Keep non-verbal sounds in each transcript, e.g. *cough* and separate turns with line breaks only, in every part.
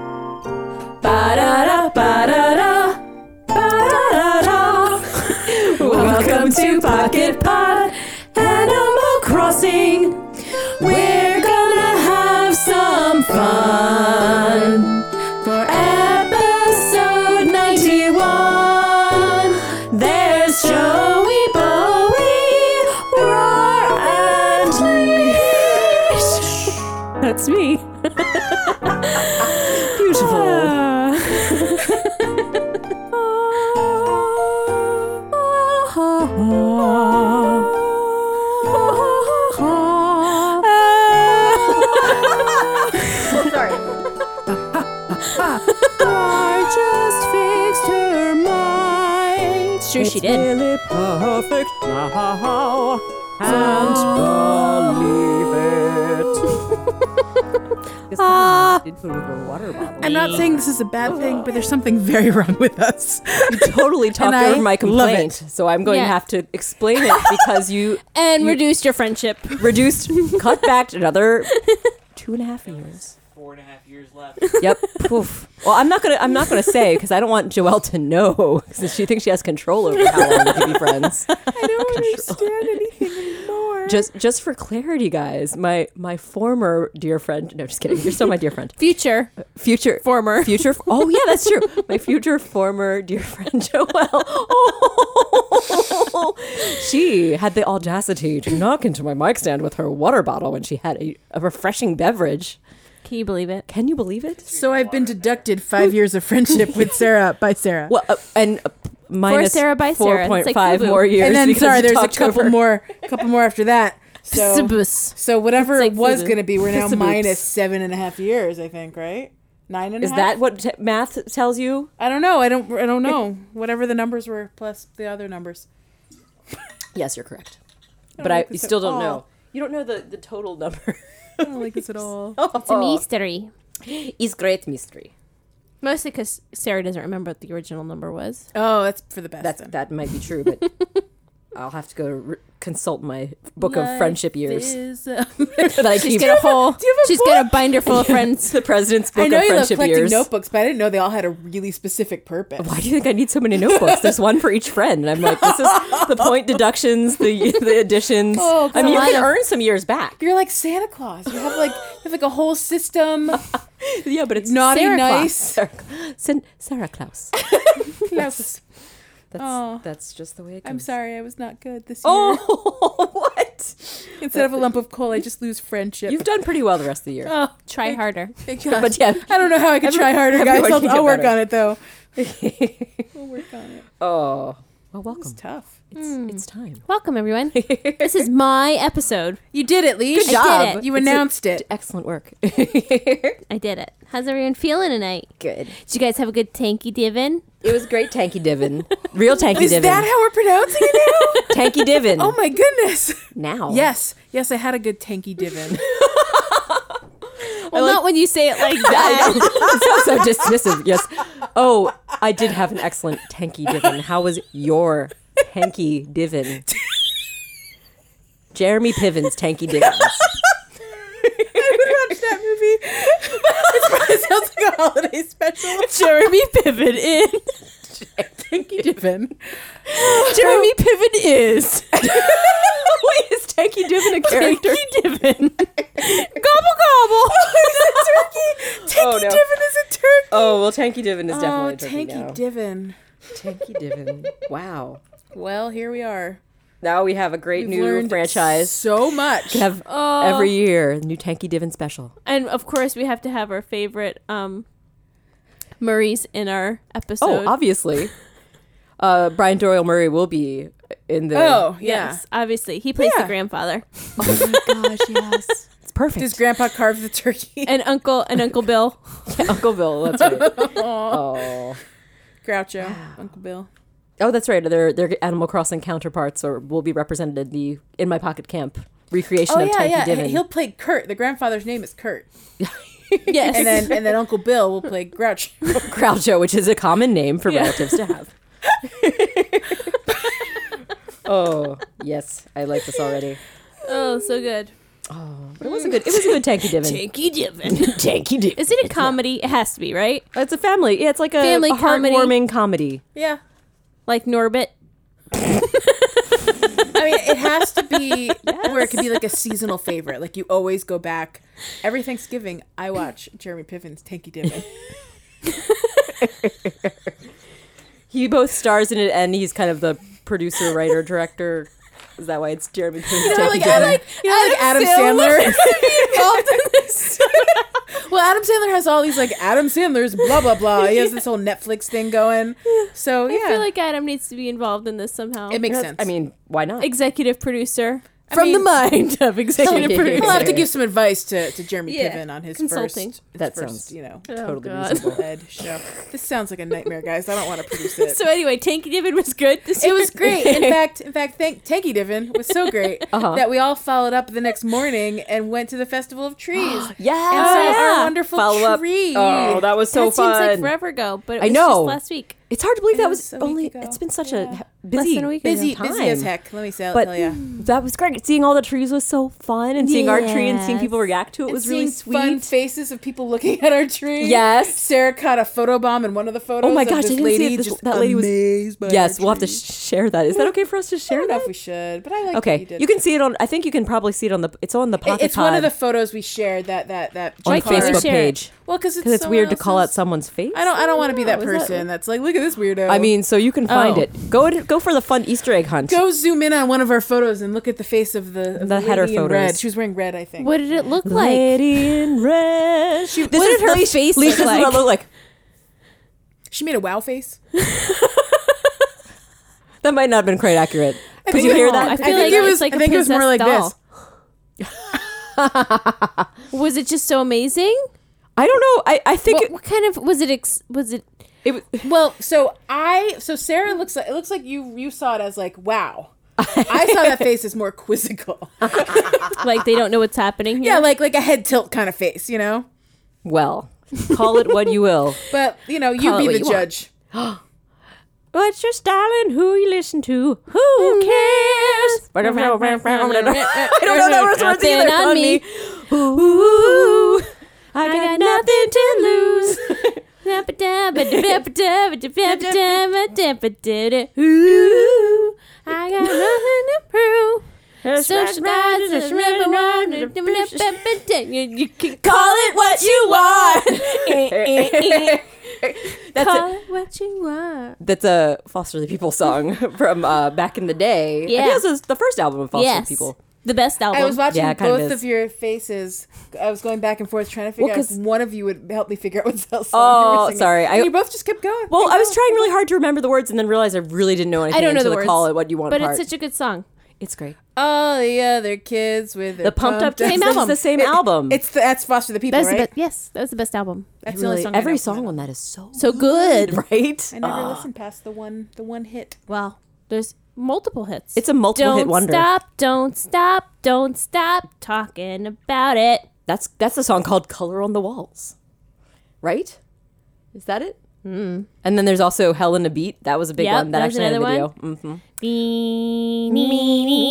*laughs* Welcome to Pocket Pod Animal Crossing. We're gonna have some fun for episode 91. There's Joey Bowie, Roar, and Leash. That's me. Beautiful.
Sorry.
I just fixed her mind. Sure,
she did.
Really perfect now. And
Ah.
believe it.
*laughs*
Ah,
I'm not saying this is a bad thing, but there's something very *laughs* wrong with us.
totally talked
*laughs* And I
over my
love
complaint, so I'm going
Yeah.
to have to explain it because
*laughs*
you
And reduced your friendship.
reduced, cut back another two and a half years.
four and a half years left.
*laughs* Yep. Poof. Well, I'm not gonna. I'm not gonna say because I don't want Joelle to know because she thinks she has control over how long we can be friends.
*laughs* I don't understand anything anymore.
Just, just for clarity, guys, my my former dear friend. No, just kidding. You're still my dear friend.
Future.
Future
Former. *laughs*
Future. Oh yeah, that's true. My future former dear friend Joelle. Oh, she had the audacity to knock into my mic stand with her water bottle when she had a, a refreshing beverage.
Can you believe it?
Can you believe it?
So I've been deducted five years of friendship with *laughs* Sarah by Sarah.
Well, uh, and uh, minus
Sarah by Sarah.
four
It's
point
like
five
Fubu.
more years.
and then
because
sorry,
you
there's a
talked
couple
over-
more, couple more after *laughs* that. So,
Psibus.
so whatever
It's like
it was
Fubu.
going to be, we're now
Pissaboots.
minus seven and a half years. I think right. Nine and a
Is
half?
that what t- math tells you?
I don't know. I don't. I don't know. Whatever the numbers were, plus the other numbers.
Yes, you're correct.
I don't
But I
like
you
this at
still don't
all.
know. You don't know the, the total number.
I don't like this at all. *laughs*
It's E a mystery.
Is great mystery.
Mostly because Sarah doesn't remember what the original number was.
Oh, that's for the best.
That's
then.
that might be true, but *laughs* I'll have to go re- consult my book of
Life
friendship years
*laughs* is-
that I keep.
She's got a whole.
do you have a
she's got a binder full *laughs* of friends.
*laughs* the president's book
I know
of
you love
friendship
collecting
years.
notebooks, but I didn't know they all had a really specific purpose.
Why do you think I need so many notebooks? There's one for each friend, and I'm like, this is the *laughs* point deductions, the the additions.
Oh,
I mean, you
God.
can earn some years back. *laughs*
You're like Santa Claus. You have like you have like a whole *laughs* system.
Yeah, but it's
Naughty,
Sarah
nice.
Sarah, Sin- Sarah Klaus.
Klaus,
That's
Oh.
that's just the way it goes.
I'm sorry, I was not good this year.
Oh, *laughs* what?
*laughs* Instead of a lump of coal, I just lose friendship.
You've done pretty well the rest of the year.
*laughs*
*laughs*
oh,
Try harder.
*laughs* thank God.
But yeah.
I don't know how I could try harder, guys.
everyone
I'll,
can
I'll
get
work
better.
on it though. We'll work on it.
*laughs* oh, well,
It's
welcome.
tough.
It's, it's time.
Welcome, everyone. this *laughs* is my episode.
You did it, Lee.
Good I did job. it.
You
It's a-
announced it.
Excellent work. *laughs*
I did it. How's everyone feeling tonight?
Good.
Did you guys have a good tanky divin?
It was great, Tanky Divin.
*laughs*
Real Tanky
Is
Divin.
that how we're pronouncing it *laughs* now?
Tanky Divin.
oh my goodness.
now.
*laughs* Yes, yes, I had a good *laughs* tanky divin.
Well, not when you say it like
*laughs*
that.
it sounds so dismissive. Yes. Oh, I did have an excellent Tanky Divin. How was your Tanky Divin? Jeremy Piven's Tanky Divin.
*laughs* I would watch that movie. it probably sounds like a
*laughs*
holiday special.
Jeremy Piven in.
Tanky divin.
Jeremy Piven
*laughs*
is.
Wait, is Tanky Divin a character?
Tanky divin. gobble gobble.
Oh,
*laughs*
Tanky
Oh, no.
divin is a turkey.
Oh, well, Tanky Divin is
Oh,
definitely a turkey
tanky
now.
divin.
Tanky
*laughs*
Divin. Wow.
Well, here we are.
Now we have a great
We've
new
learned
franchise.
So much.
to Have
Oh.
every year new Tanky Divin special.
*laughs* And of course, we have to have our favorite um, Murray's in our episode.
Oh,
*laughs*
obviously. Uh, Brian Doyle Murray will be in the. *laughs*
Oh, yeah.
Yes, obviously. He plays
Yeah.
the grandfather.
Oh gosh, yes. It's perfect.
Does grandpa carve the turkey? *laughs*
And Uncle and Uncle Bill.
*laughs* Uncle Bill, that's right. oh.
Groucho, Uncle Bill.
Oh, that's right. Their their Animal Crossing counterparts are will be represented in the In My Pocket Camp recreation
Oh
of
yeah,
Tanky
yeah.
Divin. *laughs*
He'll play Kurt. The grandfather's name is Kurt,
*laughs* *laughs* Yes.
and then and then Uncle Bill will play Groucho. *laughs*
Groucho, which is a common name for relatives to have. oh yes, I like this already.
oh, so good.
Oh, but it was a good. It was a good Tanky *laughs* Divin.
Tanky Divin.
Tanky Divin.
Is it a comedy? It has to be, right?
It's a family. Yeah, it's like a,
Family
a
comedy.
heartwarming comedy.
Yeah.
Like Norbit.
mean, it has to be where it could be like a seasonal favorite. Like you always go back every Thanksgiving. I watch Jeremy Piven's Tanky Divin.
He both stars in it, and he's kind of the producer, writer, director. Is that why it's Jeremy? Piven's Tanky
like,
Devin?
I like, you know, like Adam, Sandler. involved in this. *laughs* well, Adam Sandler has all these like Adam Sandler's blah blah blah. He has this whole Netflix thing going. So yeah,
I feel like Adam needs to be involved in this somehow.
it makes
That's-
sense.
I mean, why not?
executive producer.
From the *laughs*
mind
*laughs*
of executive
producer.
we'll have to give some advice to, to Jeremy
Yeah.
Piven on his
Consulting.
first. His
That
first,
sounds- *laughs*
you know.
totally
God.
reasonable.
Ed show. This sounds like a nightmare, guys. I don't want to produce it.
So anyway, Tanky Divin was good. This
It
*laughs*
year.
was great. In fact, in fact, thank Tanky Divin was so great
Uh-huh.
that we all followed up the next morning and went to the Festival
*gasps*
of Trees.
Yeah,
And saw our wonderful
Follow
tree.
Up. Oh, that was so
that
fun.
seems like forever ago, but it
I
was
know.
just last week.
It's hard to believe
I know,
that was
it's a week
only.
ago.
It's been such
Yeah.
a he- busy,
than a week ago.
busy
busy,
time.
busy as heck. Let me say,
But
tell you.
that was great. Seeing all the trees was so fun, and seeing our tree and seeing people
Yes.
react to it was really sweet.
Fun faces of people looking at our tree.
Yes. Oh
Sarah caught a photobomb in one of the photos.
my
of
gosh, I
this
didn't see
lady
it. This-
just
that lady was-
amazed by
yes,
our
we'll have to
tree.
sh- share that. Is that okay for us to
I
share
don't know
that?
if we should, but I like. What
Okay,
you, did.
you can see it on. I think you can probably see it on the. It's on the
It-
Pocket
It's one of
Pod
the photos we shared. That that that.
on
Why can't we
Facebook
share it?
page
Well, because
because it's
someone
weird to call out
else's-
someone's face.
I don't. I don't want to be that
Is that-
person that's like, look at this weirdo.
I mean, so you can find
Oh.
it. Go to, go for the fun Easter egg hunt.
go zoom in on one of our photos and look at the face of the of
The header
lady in
photos.
Red. She was wearing red, I think.
What did it look like?
Lady in red. She,
what did her face
Leash,
look
this is what
like?
it looked like.
She made a wow face.
That might not have been quite accurate. Could
think
you
it-
hear
oh,
that?
I
I
feel
think
like
it
it's
was-
like
I
a
think it was more
possessed
like this.
doll. was it just so amazing?
I don't know. I, I think
What, what kind of was it? Ex- was it?
it, it was.
Well, so I so Sarah looks like it looks like you you saw it as like
*laughs*
wow. I saw that face as more quizzical.
Uh-huh.
like they don't know what's happening here.
Yeah, like like a head tilt kind of face, you know.
Well, call it what you will.
But you know, you
Call it
be
what
the
you want.
judge.
*laughs* What's your style and who you listen to? Who cares? I don't know *laughs* that words, words
Nothing
either.
on
Pardon
me.
me. Ooh, I got nothing to lose. *laughs*
Ooh, I got nothing to prove. Social lies is never one. You- you can
Call it what you *laughs* Eh, want. *laughs* That's
call
a,
it what you want.
that's a Foster the People song *laughs* from uh, back in the day. I think
Yeah.
this was the first album of Foster
Yes,
the People.
the best album.
I was watching
Yeah, it kind of
both
is.
of your faces. I was going back and forth trying to figure out
'cause-
if one of you would help me figure out what cell song you were
Oh,
singing.
sorry. I-
And you both just kept going.
Well, I was trying really hard to remember the words and then realized I really didn't know anything
I don't know
until
the words.
call it what you want
but
part.
it's such a good song.
it's great.
all the other kids with
The pumped up
Same
same
album.
album. the same album.
It's the, that's Foster the People,
That's
right?
the best. Yes, that was the best album.
That's
really,
I
every
know.
song on that is so
So good.
*laughs* right.
I never listened past the one the one hit.
Wow, there's multiple hits.
It's a multiple
don't
hit wonder.
stop, don't stop, don't stop talking about it.
That's that's the song called "Color on the Walls," right? Is that it? Mm. And then there's also "Hell in a Beat." That was a big
Yep,
one. That,
that was
actually had a
another
video.
one.
hmm
Me, me, me.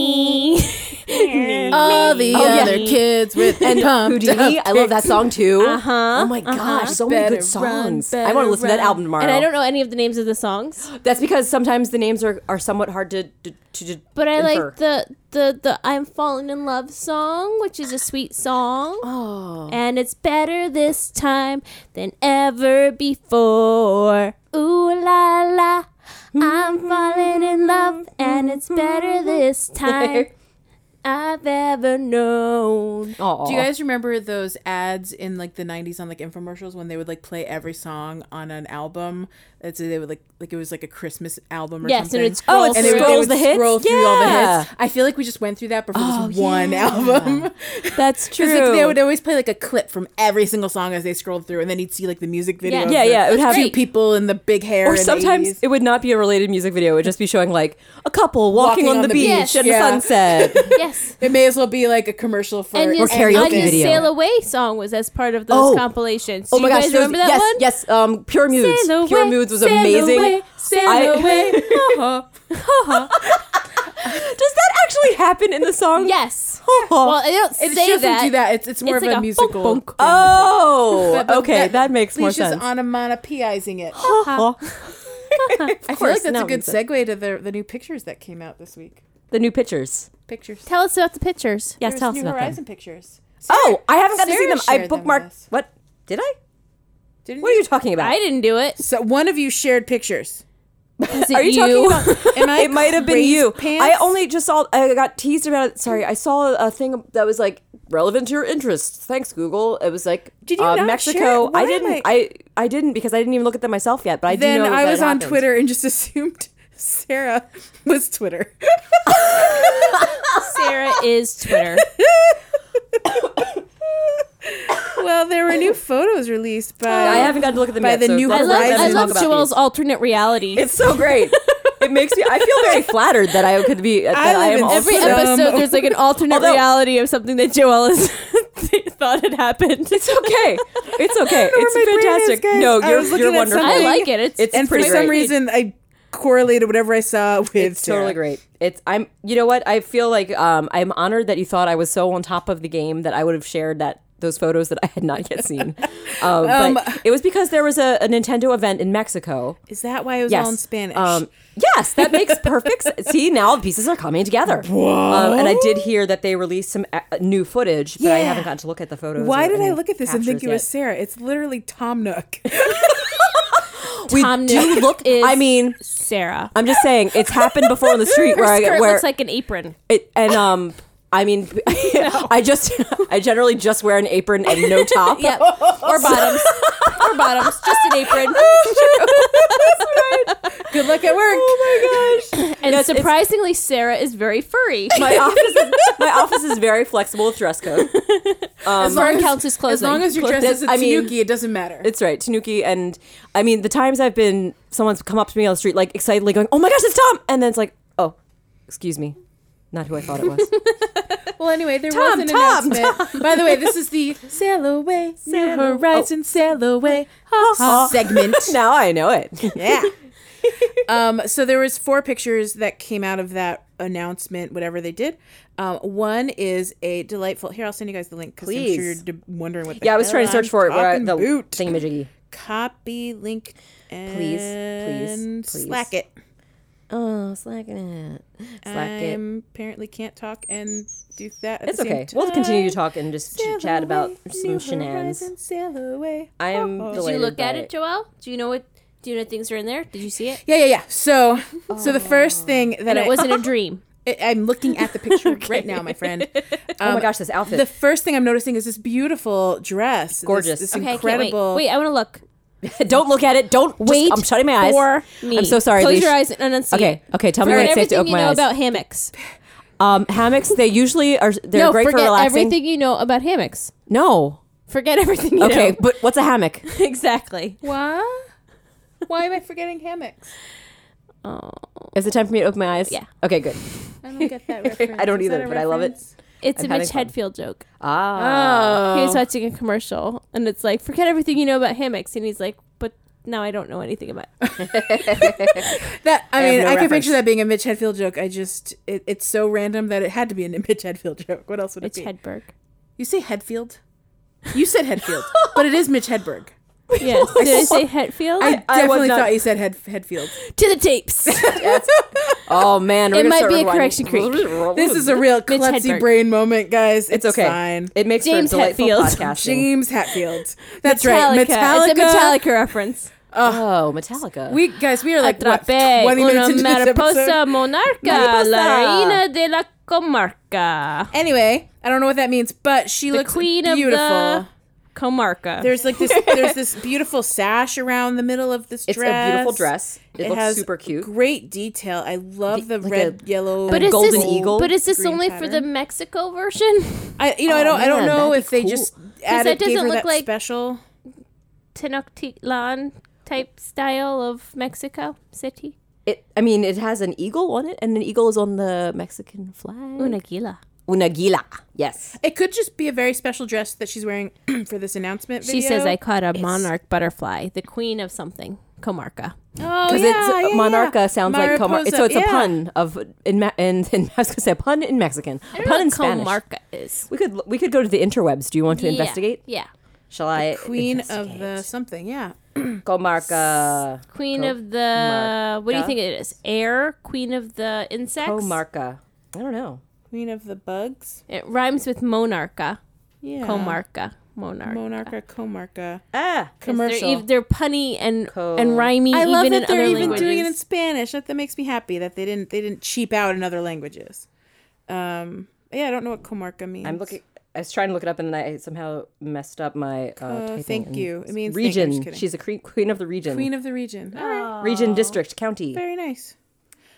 All the
yeah.
other kids *laughs*
*laughs*
with
And
pumped
Mm-hmm. Houdini,
up
I love that song too.
Uh-huh,
Oh my gosh, so many
Better
good
run,
songs. I want
better
to listen to that
run.
album tomorrow.
and I don't know any of the names of the songs,
That's because sometimes the names are, are somewhat hard to to, to, to
but I
infer.
like the the the "I'm Falling in Love" song, which is a sweet song,
Oh.
and it's better this time than ever before. Ooh la la, I'm falling in love, and it's
*laughs*
better this time I've ever known.
Aw.
Do you guys remember those ads in like the '90s on like infomercials when they would like play every song on an album? That's they would like like it was like a Christmas album or
Yes, and
something.
it scrolls
Oh, it
and they would, they
scrolls
would
the hits?
scroll through all
Yeah.
the hits. I feel like we just went through that before this one album. *laughs*
That's
'Cause, like,
true.
they would always play like a clip from every single song as they scrolled through, and then you'd see like the music video.
Yeah.
of
Yeah,
the
yeah, it would have-
two people in the big hair.
or
in the
sometimes
80s.
it would not be a related music video. It would just be showing like a couple walking, on, the, beach
Yes,
and
yeah.
a
*laughs*
sunset.
Yes.
it may as well be like a commercial for
And
Or
his
karaoke
Anya's
video.
Sail Away song was as part of those
Oh.
compilations. Do you guys
those-
remember that
yes,
one?
yes. Um, Pure Moods.
Sail
Pure
away,
Moods was
sail
amazing.
away, sail
I- *laughs*
away.
Does that actually happen in the song?
Yes.
Oh.
Well, they don't
It
say
doesn't
that.
do that. It's it's more
It's
of
like a
a,
bonk,
musical.
bonk.
oh.
But- but
okay, that, makes more
Leisha's
sense.
onomatopoeizing it.
Uh-huh. Of
I feel
course,
like that's
now
a
it
good
makes sense.
segue to the the new pictures that came out this week.
The new pictures.
Pictures.
Tell us about the pictures.
Yes,
There's
tell us
New
about them.
Horizon pictures.
Oh, I haven't got to see
Sarah
them. I
shared them with us.
bookmarked. What? Did I?
Didn't
What are you talking about?
I didn't do it.
So one of you shared pictures.
Was it
Are you,
you?
talking about?
Am I
it might have been
crazy
you.
pants?
I only just saw. I got teased about it. Sorry, I saw a thing that was like relevant to your interests. Thanks, Google. It was like
Did you
uh,
not
Mexico.
share it? Why
I
am
didn't.
I-
I... I didn't because I didn't even look at them myself yet. But I do
Then
know
I
that
was
it
on
happened.
Twitter and just *laughs* assumed Sarah
*laughs*
was Twitter.
Sarah is Twitter.
well, there were new photos released by
I haven't got to look at them
By
yet,
the
so
new
that's
*laughs* I
why
love,
didn't
I
Horizon.
talk
love
about
Joel's
these.
alternate reality.
It's so great. it makes me. I feel very flattered that I could
*laughs*
be. That
I
I,
live
am
in
also.
Every
Awesome.
episode, there's like an alternate
Although-
reality of something that Joel has *laughs* thought had happened.
It's okay.
*laughs*
It's okay.
my brain is,
it's fantastic.
guys.
No,
I
you're,
was looking
you're
at
wonderful.
I
something-
like it. It's,
It's
it's
and for
pretty
some
great.
reason I correlated whatever I saw with
It's totally
Sarah.
great. It's I'm you know what I feel like um I'm honored that you thought I was so on top of the game that I would have shared that those photos that I had not yet
*laughs*
seen. Um, but it was because there was a, a Nintendo event in Mexico.
Is that why it was all in Spanish?
Um, yes, that makes perfect
*laughs*
sense. See, now the pieces are coming together. Um, and I did hear that they released some uh, new footage, but I
Yeah.
haven't gotten to look at the photos.
why
or
did I
any
look at this and think it
captures
was Sarah? It's literally Tom Nook. *laughs*
yet. We
Tom
do
Nook
look.
is-
I mean,
Sarah.
I'm just saying it's happened before on the
*laughs*
street where
Her
I
skirt
get where
looks like an apron.
It, and um, I mean, *laughs* I just, I generally just wear an apron and no
*laughs*
top.
*laughs* Yep.
*laughs*
Or bottoms. or bottoms. Just an apron.
Good luck at work.
Oh my gosh!
And
Yes, it's-
surprisingly, Sarah is very furry.
My office, is, my office is very flexible with dress code. Um,
as far as counts as clothing.
As long as you're dressed as a
I mean-
tanuki, it doesn't matter.
It's right, Tanuki, and I mean, the times I've been, someone's come up to me on the street, like excitedly going, "Oh my gosh, it's Tom!" And then it's like, "Oh, excuse me." Not who I thought it was.
Well, anyway, there
Tom,
was an
Tom, oh.
announcement. By the way, this is the Sail Away,
*laughs*
New Horizon, Sail Away segment.
*laughs* now I know it.
yeah. *laughs* um, so there was four pictures that came out of that announcement, whatever they did. Um, one is a delightful. Here, I'll send you guys the link because I'm sure
Please.
you're d- wondering what. The
Yeah, I was
hell
trying to search
I'm
for it. Where I,
talking
the
boot.
thingamajiggy.
Copy link. And
please, please.
slack it.
Oh, slacking it, slack
I
it.
apparently can't talk and do that. At
It's
the same
okay. We'll continue
time.
to talk and just
Sail
chit chat about
away,
some
new
shenanigans.
horizon, sail away.
I am
Oh.
Did you
delighted.
look at
by
it, Joelle? Do you know what? Do you know what things are in there? Did you see it?
Yeah, yeah, yeah. So, so the first thing that
And
I,
it wasn't a dream.
*laughs* I- I'm looking at the picture right now, my friend. Um,
Oh my gosh, this outfit.
The first thing I'm noticing is this beautiful dress. This-
Gorgeous.
This,
Okay,
incredible.
I can't wait. Wait, I want to look.
*laughs* don't look at it. Don't just-
Wait
I'm shutting my eyes.
for me.
I'm so sorry.
Close
Leash.
your eyes and unsee.
Okay, okay. Tell me
Forget
when it's safe to
everything
open
you
my
know
eyes.
about hammocks.
um, hammocks. They usually are. They're
no,
great for
forget
relaxing.
everything you know about hammocks.
No.
Forget everything you
Okay,
know. *laughs*
but what's a hammock?
exactly.
What? Why am I forgetting hammocks?
Oh,
Is it time for me to open my eyes?
Yeah.
Okay, good.
*laughs* I don't get that reference.
I don't
Is that
either,
a
but I love it.
reference?
it's
I'm
a
having
Mitch
fun.
Hedfield joke.
*laughs*
Oh.
Ah.
He was watching a commercial, and it's like, forget everything you know about hammocks, and he's like, but now I don't know anything *laughs* about.
That I
have
mean,
no
I can
reference.
picture that being a Mitch Hedfield joke. I just it, it's so random that it had to be a Mitch Hedfield joke. What else would
Mitch
it be?
Hedberg.
you say Hedfield? You said Hedfield, but it is Mitch Hedberg.
Yes. Did
*laughs*
I say Hetfield?
*laughs* I
I was
definitely
not-
thought you said Hed, Hedfield.
to the tapes.
Oh man, we're
It
gonna
might
start
be a
rewinding.
correction creek.
This is a real
Mitch
klutzy
Hedberg.
brain moment, guys. It's,
It's okay.
fine.
It makes
James
for delightful
Hetfield.
podcasting.
James Hatfield. That's right.
Metallica.
Metallica.
It's a Metallica reference.
Oh, Metallica.
We guys, we are like what,
Atrape
twenty minutes
una
into this episode.
mariposa monarca, la
Mariposa.
reina de la comarca.
Anyway, I don't know what that means, but she
The
looks
queen of
beautiful.
the comarca.
There's like this. There's this beautiful sash around the middle of this
it's
dress.
a beautiful dress. It, looks
has
super cute.
Great detail. I love the,
like
red,
a-
yellow,
But
is
golden
this,
eagle,
But is this
green
only for the
pattern.
Mexico version? *laughs*
I, you know, I don't. I don't
Oh, man,
know
that'd
if
be
they
cool.
just
'Cause that
added gave
doesn't
her
look
that
like-
special.
Tenochtitlan type style of Mexico City?
It, I mean, it has an eagle on it, and an eagle is on the Mexican flag.
Una guila.
Una guila. Yes.
It could just be a very special dress that she's wearing *clears throat* for this announcement.
She
Video.
says, I caught a monarch butterfly, the queen of something, comarca.
Oh,
Because
yeah,
it's
yeah,
monarca
yeah.
sounds like comar-
Mariposa,
so it's a
yeah.
pun of in ma- in, *laughs* in I was gonna say a pun in Mexican, a pun in Spanish.
comarca is.
We could we could go to the interwebs. Do you want to investigate?
Yeah.
Shall I?
Queen of
investigate?
the something, yeah.
comarca.
Queen of the. What do you think it is? Air? Queen of the insects?
Comarca. I don't know.
Queen of the Bugs.
It rhymes with monarcha,
Yeah.
comarca, monarch.
Monarcha, comarca.
Ah,
Commercial.
They're, ev- they're punny and
Co-
and rhymey.
I love
even
that
in
they're
other
even
languages.
doing it in Spanish. That, that makes me happy that they didn't they didn't cheap out in other languages. Um, yeah, I don't know what comarca means.
I'm looking. I was trying to look it up and then I somehow messed up my. Uh, typing
thank
and-
you. It means thank you. I'm
region.
just kidding.
She's a cre- queen of the region.
Queen of the region.
Ah,
All right.
region, district, county.
Very nice.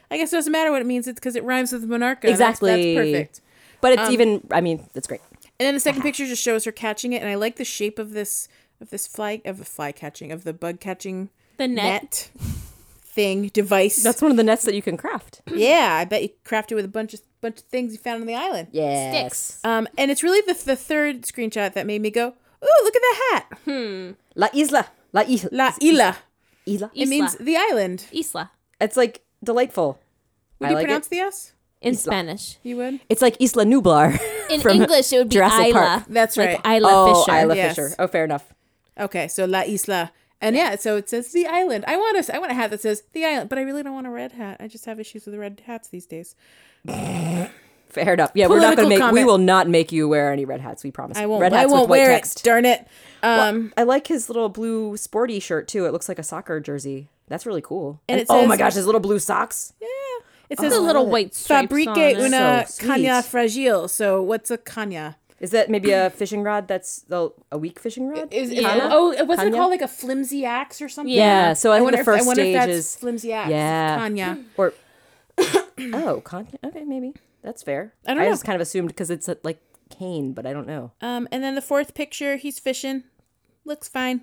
I guess it doesn't matter what it means. It's because it rhymes with monarcha. That's-
Exactly.
That's, perfect.
But
Um,
it's even. I mean, that's great.
And then the second picture just shows her catching it, and I like the shape of this of this fly of the fly catching of the bug catching
The net.
net thing device.
That's one of the nets that you can craft.
*laughs* yeah, I bet you crafted with a bunch of bunch of things you found on the island.
Yes.
Sticks.
Um, and it's really the, the third screenshot that made me go, "Ooh, look at that hat,
La isla. La isla.
La Isla."
isla.
It means the island.
isla
It's like delightful.
Would
I
you
like
pronounce
it.
the S?
in Spanish.
You would.
It's like Isla Nublar.
In
from
English, it would be
Jurassic
Isla.
Park.
That's
Like
right.
Isla
*laughs* oh,
Fisher.
Isla
Yes.
Fisher. Oh, fair enough.
okay, so La Isla, and yeah, so it says the island. I want a, I want a hat that says the island, but I really don't want a red hat. I just have issues with red hats these days.
Fair enough. Yeah, we're not going
Political
to make. We
comment.
will not make you wear any red hats. We promise.
I won't.
Red
I
hats
won't
with white
wear
text.
it. Darn it. Um,
I like his little blue sporty shirt too. It looks like a soccer jersey. That's really cool.
And
And,
it
oh my
says-
gosh, his little blue socks.
yeah, it
It's
says
a little white stripes on
Fabrique
it.
una
So sweet.
caña fragile. So what's a caña?
Is that maybe a fishing rod? That's the, a weak fishing rod.
Is, is
Kana?
oh, what's it
Kanya?
called? Like a flimsy axe or something?
Yeah, so I think the
wonder if-
first
wonder if
stage
that's
is-
flimsy axe.
yeah.
Kanya.
or *coughs* oh, con- okay, maybe that's fair.
I don't
I
know.
just kind of assumed because it's a, like cane, but I don't know.
Um, and then the fourth picture, he's fishing. Looks fine.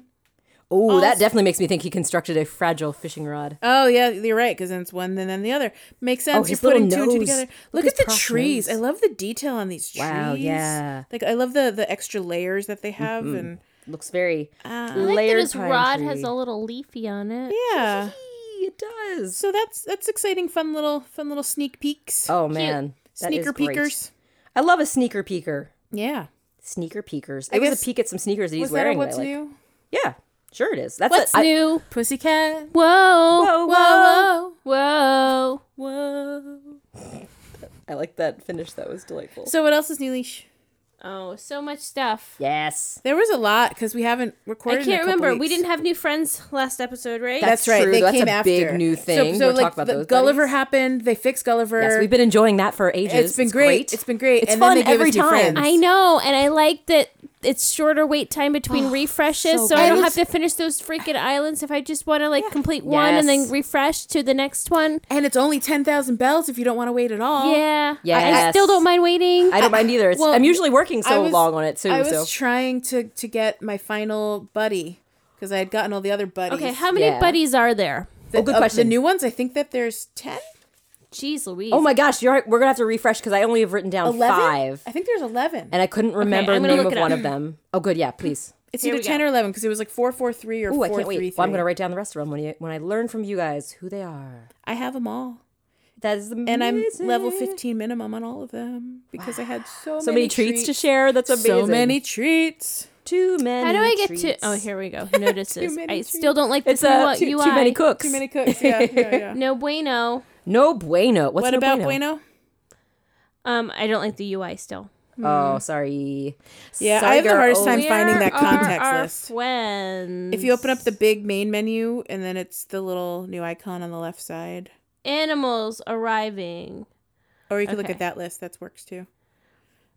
Oh, that
Also-
definitely makes me think he constructed a fragile fishing rod.
Oh yeah, you're right. Because it's one and then the other. Makes sense. You're
Oh, his little
putting two and two
nose.
together.
Look
Look, at
his
the
crossed
trees.
nose.
I love the detail on these trees.
Wow, yeah. Mm-hmm.
Like I love the the extra layers that they have and
Looks very
I like that
layered.
his
pine
rod
tree.
has a little leafy on it.
yeah.
Eee, It does.
So that's that's exciting. Fun little fun little sneak peeks.
Oh man, that is
Sneaker
great.
peekers.
I love a sneaker peeker.
Yeah.
Sneaker peekers. It was
guess-
a peek at some sneakers that he's
Was that a
wearing. that I
what's
like.
new?
Yeah, sure it is. That's
What's
a, I- Oh.
new?
Pussycat. Oh,
Whoa.
Whoa, whoa,
Whoa.
Whoa.
I like that finish. That was delightful.
So what else is new, Leash?
Oh, so much stuff.
yes.
There was a lot because we haven't
I
recorded.
can't remember. We didn't have new friends last episode, right?
That's,
That's
right.
true.
They
That's a
came after.
big new thing.
So, so
We'll
like
talk about
the
those,
Gulliver
buddies.
happened. They fixed Gulliver.
Yes, we've been enjoying that for ages.
It's been great. It's been great.
It's
and
fun
then they gave
every
us new
time.
friends.
I know, and I like that it's shorter wait time between refreshes, Oh,
so
so, I don't
good.
have to finish those freaking islands if I just want to like complete one and then
Yes.
refresh to the next one.
And it's only ten thousand bells if you don't want to wait at
Oh.
all.
Yeah, I, I
Yes.
still don't mind waiting.
I don't mind either. It's,
Well,
I'm usually working so
I was-
long on it too.
I was
so
trying to to get my final buddy because I had gotten all the other buddies.
okay, how many
Yeah.
buddies are there?
the,
Oh, good
of The
question.
new ones. I think that there's ten.
Jeez Louise!
oh my gosh, you're right. We're gonna have to refresh because I only have written down
11?
Um, five,
I think there's 11.
and I couldn't remember
I'm
the
gonna
name
look
of
it
one
up.
of them. Oh, good. Yeah, please.
it's
Here
either
we
10
go.
or 11 because it was like 443 or
Ooh, I
433.
can't wait. Well, I'm gonna write down the rest of them when you when I learn from you guys who they are.
I have them all.
That is amazing.
And I'm level 15 minimum on all of them because I had so,
So many, treats, to share. That's amazing.
So many treats.
Too many.
How do I get to?
treats.
Oh, here we *laughs* go. Notices.
many
I still don't like this
It's uh,
new
too,
UI.
too many cooks.
Too many cooks. Yeah, yeah, yeah.
No bueno.
No bueno. What's
what
no
about
bueno?
bueno?
Um, I don't like the UI still. Mm.
Oh, sorry.
Yeah,
Sorry,
I have the
girl.
hardest time finding
Where
that
are
context
our
list.
Friends?
If you open up the big main menu and then it's the little new icon on the left side,
animals arriving.
or you can look
Okay.
at that list. That works too.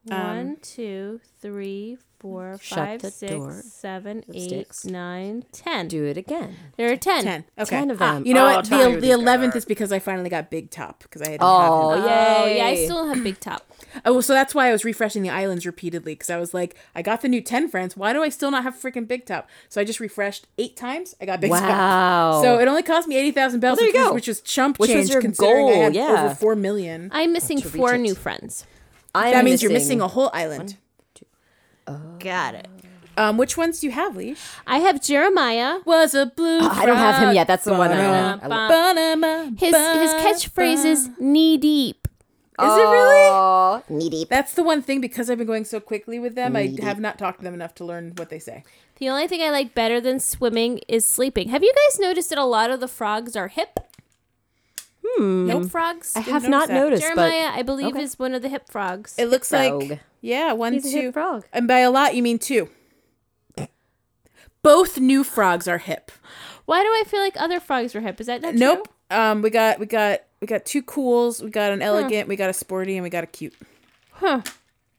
One, two, three, four,
Shut
five,
the
six,
door.
seven, eight,
sticks.
nine, ten.
Do it again.
There are ten.
Ten. Okay. Ah,
Ten of them.
You know
Oh,
what?
tell me
The
what
the
these
eleventh is because I finally got Big Top because I had.
Oh,
Have him.
Oh yeah, I
Yay.
still don't have Big Top.
Oh, well, so that's why I was refreshing the islands repeatedly because I was like, I got the new ten friends. Why do I still not have freaking Big Top? So I just refreshed eight times. I got Big Top.
Wow.
So it only cost me eighty thousand bells,
Well, there
which,
you
was,
go.
which was chump
Which was
change
your
considering I
goal,
had
yeah.
over four million.
I'm missing
To reach
four
it.
new friends.
I'm
that means you're missing a whole island.
Got it.
Um, which ones do you have, Leash?
I have Jeremiah.
Was a blue.
Oh, I don't have him yet. That's the one. I don't know.
Bum,
Banama,
His his catchphrase is knee deep.
Is it
Oh.
really?
it really? Needy.
That's the one thing because I've been going so quickly with them. I have not talked to them enough to learn what they say.
The only thing I like better than swimming is sleeping. Have you guys noticed that a lot of the frogs are hip? Hip frogs.
I have
notice
not
that.
noticed,
Jeremiah, I believe,
okay.
is one of the hip frogs.
It looks
frog.
like yeah, one
He's a
two.
hip frog.
And by a lot, you mean two. Both new frogs are hip.
Why do I feel like other frogs were hip? Is that not true?
Nope. Um, we got we got we got two cools. We got an elegant. We got a sporty, and we got a cute.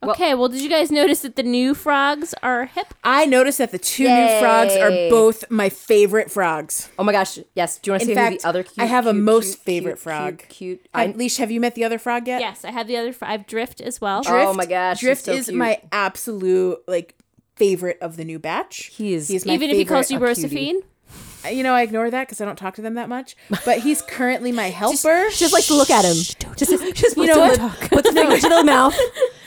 Okay, well, did you guys notice that the new frogs are hip?
I noticed that the two new frogs are
Yay.
both my favorite frogs.
Oh my gosh! Yes. Do you want to
In
see
fact,
who the other cute?
I have a
cute,
most
cute,
favorite
cute,
frog.
Cute. cute-
I,
I,
Leash, have you met the other frog yet?
Yes, I have the other. Fro- I have drift as well.
Drift. Oh my gosh,
Drift
he's so
is
cute.
my absolute like favorite of the new batch.
He is-
He's my
Even if he calls you
favorite.
Rosaphine.
you know, I ignore that because I don't talk to them that much. But he's currently *laughs* my helper.
just like to look at him. Just, just you
know what?
*laughs* Puts the finger to the mouth.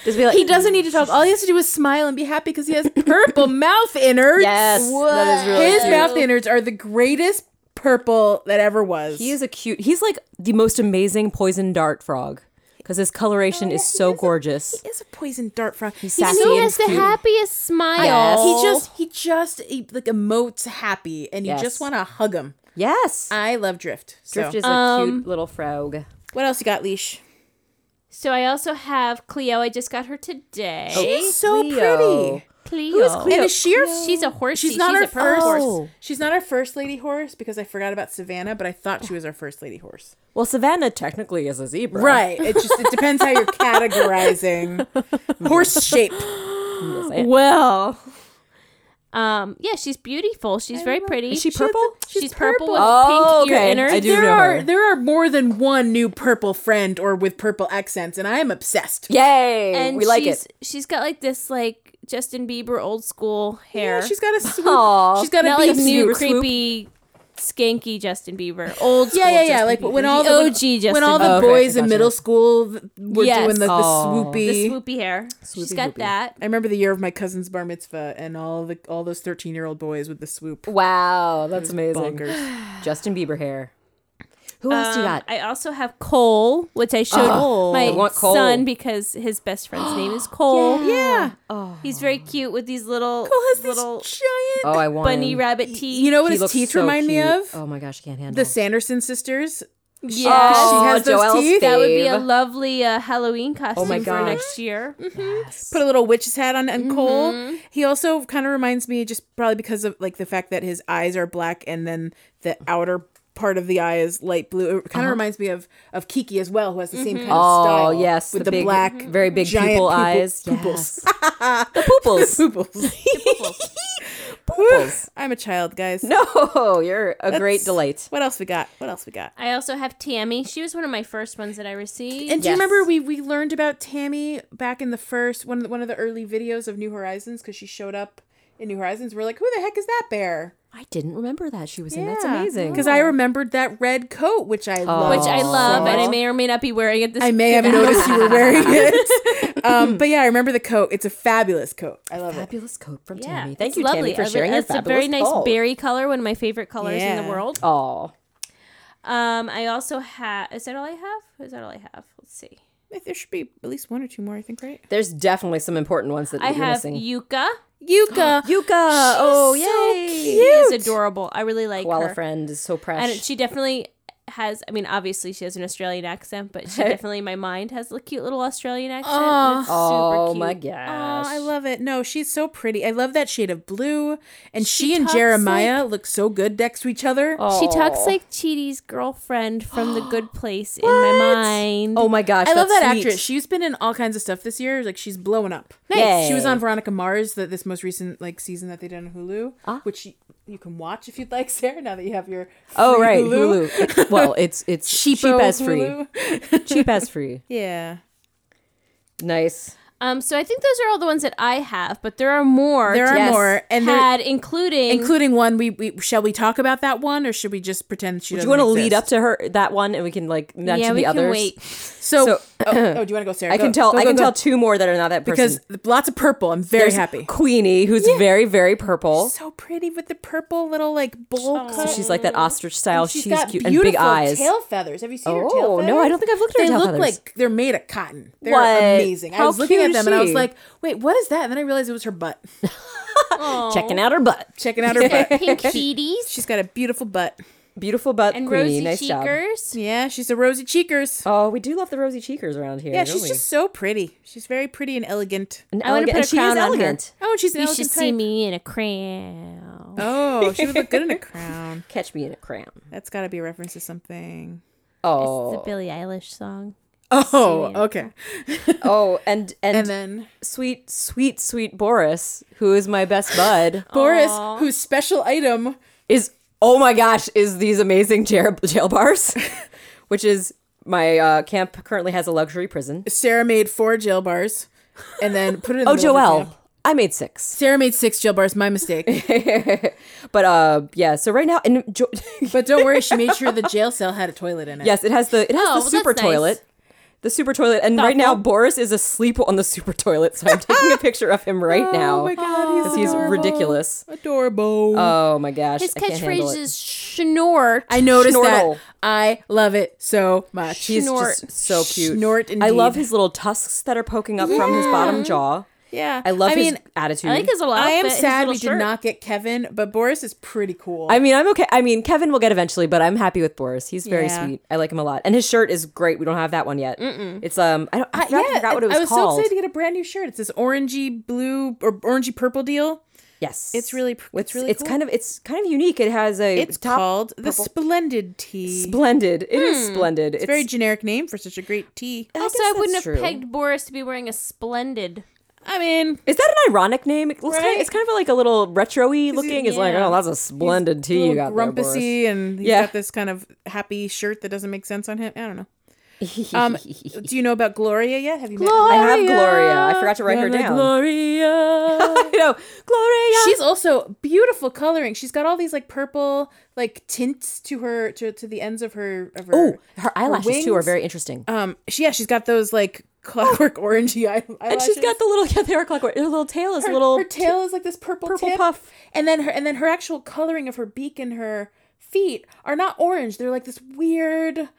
Just *laughs* be like,
He doesn't need to talk. All he has to do is smile and be happy because he *coughs* has purple mouth innards.
Yes, that is really
His
cute.
mouth innards are the greatest purple that ever was.
He is a cute. He's like the most amazing poison dart frog because his coloration Oh, is so gorgeous.
He is a poison dart frog. He's
sassy
He
See,
has the
it's cute.
happiest smile.
Yes.
He just he just he, like emotes happy, and you
Yes.
just want to hug him.
Yes,
I love Drift. So.
Uh, Drift is a cute little frog.
what else you got, Leash?
So I also have Cleo. I just got her today.
She's so
Cleo.
pretty.
Cleo.
Oh. Who is Cleo?
And is she your
She's a horse.
She's not
She's
our
a purple
first.
horse.
Oh.
She's not our first lady horse because I forgot about Savannah, but I thought she was our first lady horse.
Well, Savannah technically is a zebra.
Right. It just it depends how *laughs* you're *laughs* categorizing horse shape.
oh,
Well. Um. Yeah, she's beautiful. She's very pretty.
Is she purple?
She's, purple. with
Oh,
pink ear
okay.
innards.
I do
There
know
are
her.
there are more than one new purple friend or with purple accents, and I am obsessed.
Yay!
And
we like
she's,
it.
She's got like this like Justin Bieber old school hair.
Yeah, she's got a swoop.
Aw.
She's got
not
a
like
beef
new
swoop.
creepy, skanky Justin Bieber. Old school
Yeah, yeah, yeah.
Justin
Like
Bieber.
when all
the
the
OG Justin
when all
Bieber.
the
Okay,
boys
gotcha.
in middle school th- were
Yes.
doing the, Oh. the
Aw.
swoopy.
the swoopy hair. she's got
swoopy.
that.
I remember the year of my cousin's bar mitzvah and all the all those thirteen year old boys with the swoop.
Wow, that's amazing. *sighs*
Bonkers.
Justin Bieber hair. Who else do you
Um,
got?
I also have Cole, which I showed
Oh. I
my
want Cole.
son because his best friend's name
*gasps*
is Cole.
Yeah.
He's very cute with these little
Well, has
little
these giant
Oh, I want
bunny
him.
rabbit teeth.
You know what
He
his
looks
teeth
so
remind me
cute.
of?
Oh my gosh, I can't handle
The Sanderson sisters.
Yes.
Oh,
she has those
Joelle's
teeth.
that would be a
Babe. Oh
lovely uh, Halloween costume
my
for
gosh. Mm-hmm.
next year.
Put a little witch's hat on and Cole. He also kind of reminds me, just probably because of like the fact that his eyes are black and then the outer part of the eye is light blue. It kind of reminds me of of Kiki as well, who has the same kind of
Oh
style.
yes,
with
the
the,
big, mm-hmm,
black,
very big
giant
pupil
pupil-
eyes.
pupils.
Yes.
*laughs*
the pooples.
Pooples. *laughs*
*laughs*
I'm a child, guys.
No, *laughs* you're a great
That's-
delight.
What else we got? What else we got?
I also have Tammy. She was one of my first ones that I received.
And do
Yes.
you remember we we learned about Tammy back in the first one of the, one of the early videos of New Horizons because she showed up in New Horizons. We're like, who the heck is that bear?
I didn't remember that she was in. That's amazing.
Because I remembered that red coat, which I love.
which I love, and I
Aw.
may or may not be wearing it this.
I may have noticed you
*laughs*
were wearing it. Um, but yeah, I remember the coat. It's a fabulous coat. I love it.
fabulous coat from
Yeah,
Tammy. Thank
it's
you, Tammy, for
I re-
sharing your
It's a very nice
fabulous coat.
berry color, one of my favorite colors in
Yeah.
the world.
Oh,
Um, I also have. Is that all I have? Is that all I have? Let's see.
There should be at least one or two more, I think, right?
there's definitely some important ones that
I
you're
have
missing.
Yuka.
Yuka.
Yuka. oh,
so
yay.
*gasps* She is
Cute.
adorable. I really like
Koala
her,
friend is so fresh.
and she definitely has. I mean, obviously she has an Australian accent,
*laughs*
but she definitely, in my mind, has a cute little Australian accent. and it's super
oh
cute.
my gosh.
Oh, I love it. No, she's so pretty. I love that shade of blue. And she,
She
and
talks
Jeremiah look so good next to each other.
She talks like Chidi's girlfriend from The *gasps* Good Place in my mind.
Oh my gosh.
I love
that's
that
sweet.
actress. She's been in all kinds of stuff this year. Like she's blowing up.
Nice.
She was
Yay.
on Veronica Mars, the, this most recent like season that they did on Hulu,
Ah.
which you, you can watch if you'd like, *laughs* Sarah. Now that you have your
Oh
free
right, Hulu. well, it's
*laughs*
it's cheap
Cheapo
as free. *laughs*
Hulu.
cheap as
*laughs*
free.
Yeah,
Nice.
Um, so I think those are all the ones that I have, but there are more.
there are
Yes.
more, and there,
had including
including one. We, we shall we talk about that one, or should we just pretend she?
Do
Would
you want to lead up to her that one, and we can like mention
yeah, we
the
can
others?
wait.
*laughs*
So,
So- *clears throat*
oh, oh, do you want to go, Sarah?
I can tell. I can tell two more that are not that person.
because lots of purple. I'm very
There's
happy.
Queenie, who's very very purple.
So pretty with the purple little like bowl
So
cut.
she's like that ostrich style. She's,
got
cute and
beautiful
big eyes.
tail feathers. Have you seen her tail
Oh,
feathers?
no, I don't think I've looked at her
They
tail
look
feathers.
like they're made of cotton. They're
What?
amazing. I
How
was looking
cute
at
is
them and I was
she?
like, wait, what is that? And then I realized it was her butt.
Checking out her butt. *laughs*
Checking out her butt.
pink kitties.
She's got a beautiful butt.
Beautiful butt
and
queenie.
rosy
nice job.
cheekers.
Yeah, she's a rosy cheekers.
Oh, we do love the rosy cheekers around here.
yeah,
don't
she's
we?
just so pretty. She's very pretty and elegant.
An
I wanna
elegant-
put a
and she
crown
is
on her.
elegant.
Oh, she's an
You
elegant
should see
type.
me in a crown.
Oh, she would
*laughs*
look good in a crown.
Catch me in a crown.
That's got to be a reference to something.
Oh,
It's a Billie Eilish song.
Oh, okay.
oh, and and,
And then
sweet, sweet, sweet Boris, who is my best bud,
Boris, whose special item
is oh my gosh, is these amazing *laughs* jail, jail bars, which is my uh, camp currently has a luxury prison.
Sarah made four jail bars, and then put it. in
Oh,
the middle of her
Joelle,
camp.
I made six,
Sarah made six jail bars. My *laughs* mistake.
but uh, yeah. So right now, and jo- *laughs*
But don't worry, she made sure the jail cell had a toilet in it.
yes, it has the it has
Oh,
the
well,
super
that's nice.
toilet. The super toilet, and right now Boris is asleep on the super toilet, so I'm taking a picture of him right now.
Oh my god, he's, Uh,
He's
adorable.
ridiculous.
Adorable.
Oh my gosh.
His
I can't handle
catchphrase
it.
is snort.
I noticed
Snortle.
that. I love it so much.
He's
snort.
just so cute.
Snort
I love
indeed.
his little tusks that are poking up from his bottom jaw.
yeah.
I love
I
his
mean,
attitude.
I like his little outfit.
I am
his
sad
little
we did
shirt.
not get Kevin, but Boris is pretty cool.
I mean, I'm okay. I mean, Kevin will get eventually, but I'm happy with Boris. He's very
Yeah.
sweet. I like him a lot, and his shirt is great. We don't have that one yet. It's um, I don't. I, forgot,
yeah,
forgot what it was,
I was
called.
so excited to get a brand new shirt. It's this orangey blue or orangey purple deal.
Yes,
It's really pr- it's really
It's
cool.
kind of it's kind of unique. It has a
It's
top
called the Splendid Tea.
splendid. It is splendid. It's,
Very generic name for such a great tea.
I
Also,
guess
I, wouldn't
that's
have
true.
pegged Boris to be wearing a splendid.
I mean,
Is that an ironic name? It looks kind
Right?
of, it's kind of like a little retro-y looking. It's like,
yeah.
oh, that's a splendid tea you
little
got there, Boris.
grumpusy, and he's
Yeah.
got this kind of happy shirt that doesn't make sense on him.
*laughs*
I don't know. Um, do you know about Gloria yet? Have you met
I have Gloria. I forgot to write her down.
Gloria.
*laughs* I know. Gloria.
She's also beautiful coloring. She's got all these like purple like tints to her to, to the ends of her of her.
oh, her eyelashes too are
wings.
very interesting.
Um, she, yeah, she's got those like *laughs* clockwork orangey eye- eyelashes.
and she's got the little *laughs* yeah, they are clockwork. Her little tail is
her,
little.
her tail is like this purple
purple
tip,
puff.
and then her and then her actual coloring of her beak and her feet are not orange. They're like this weird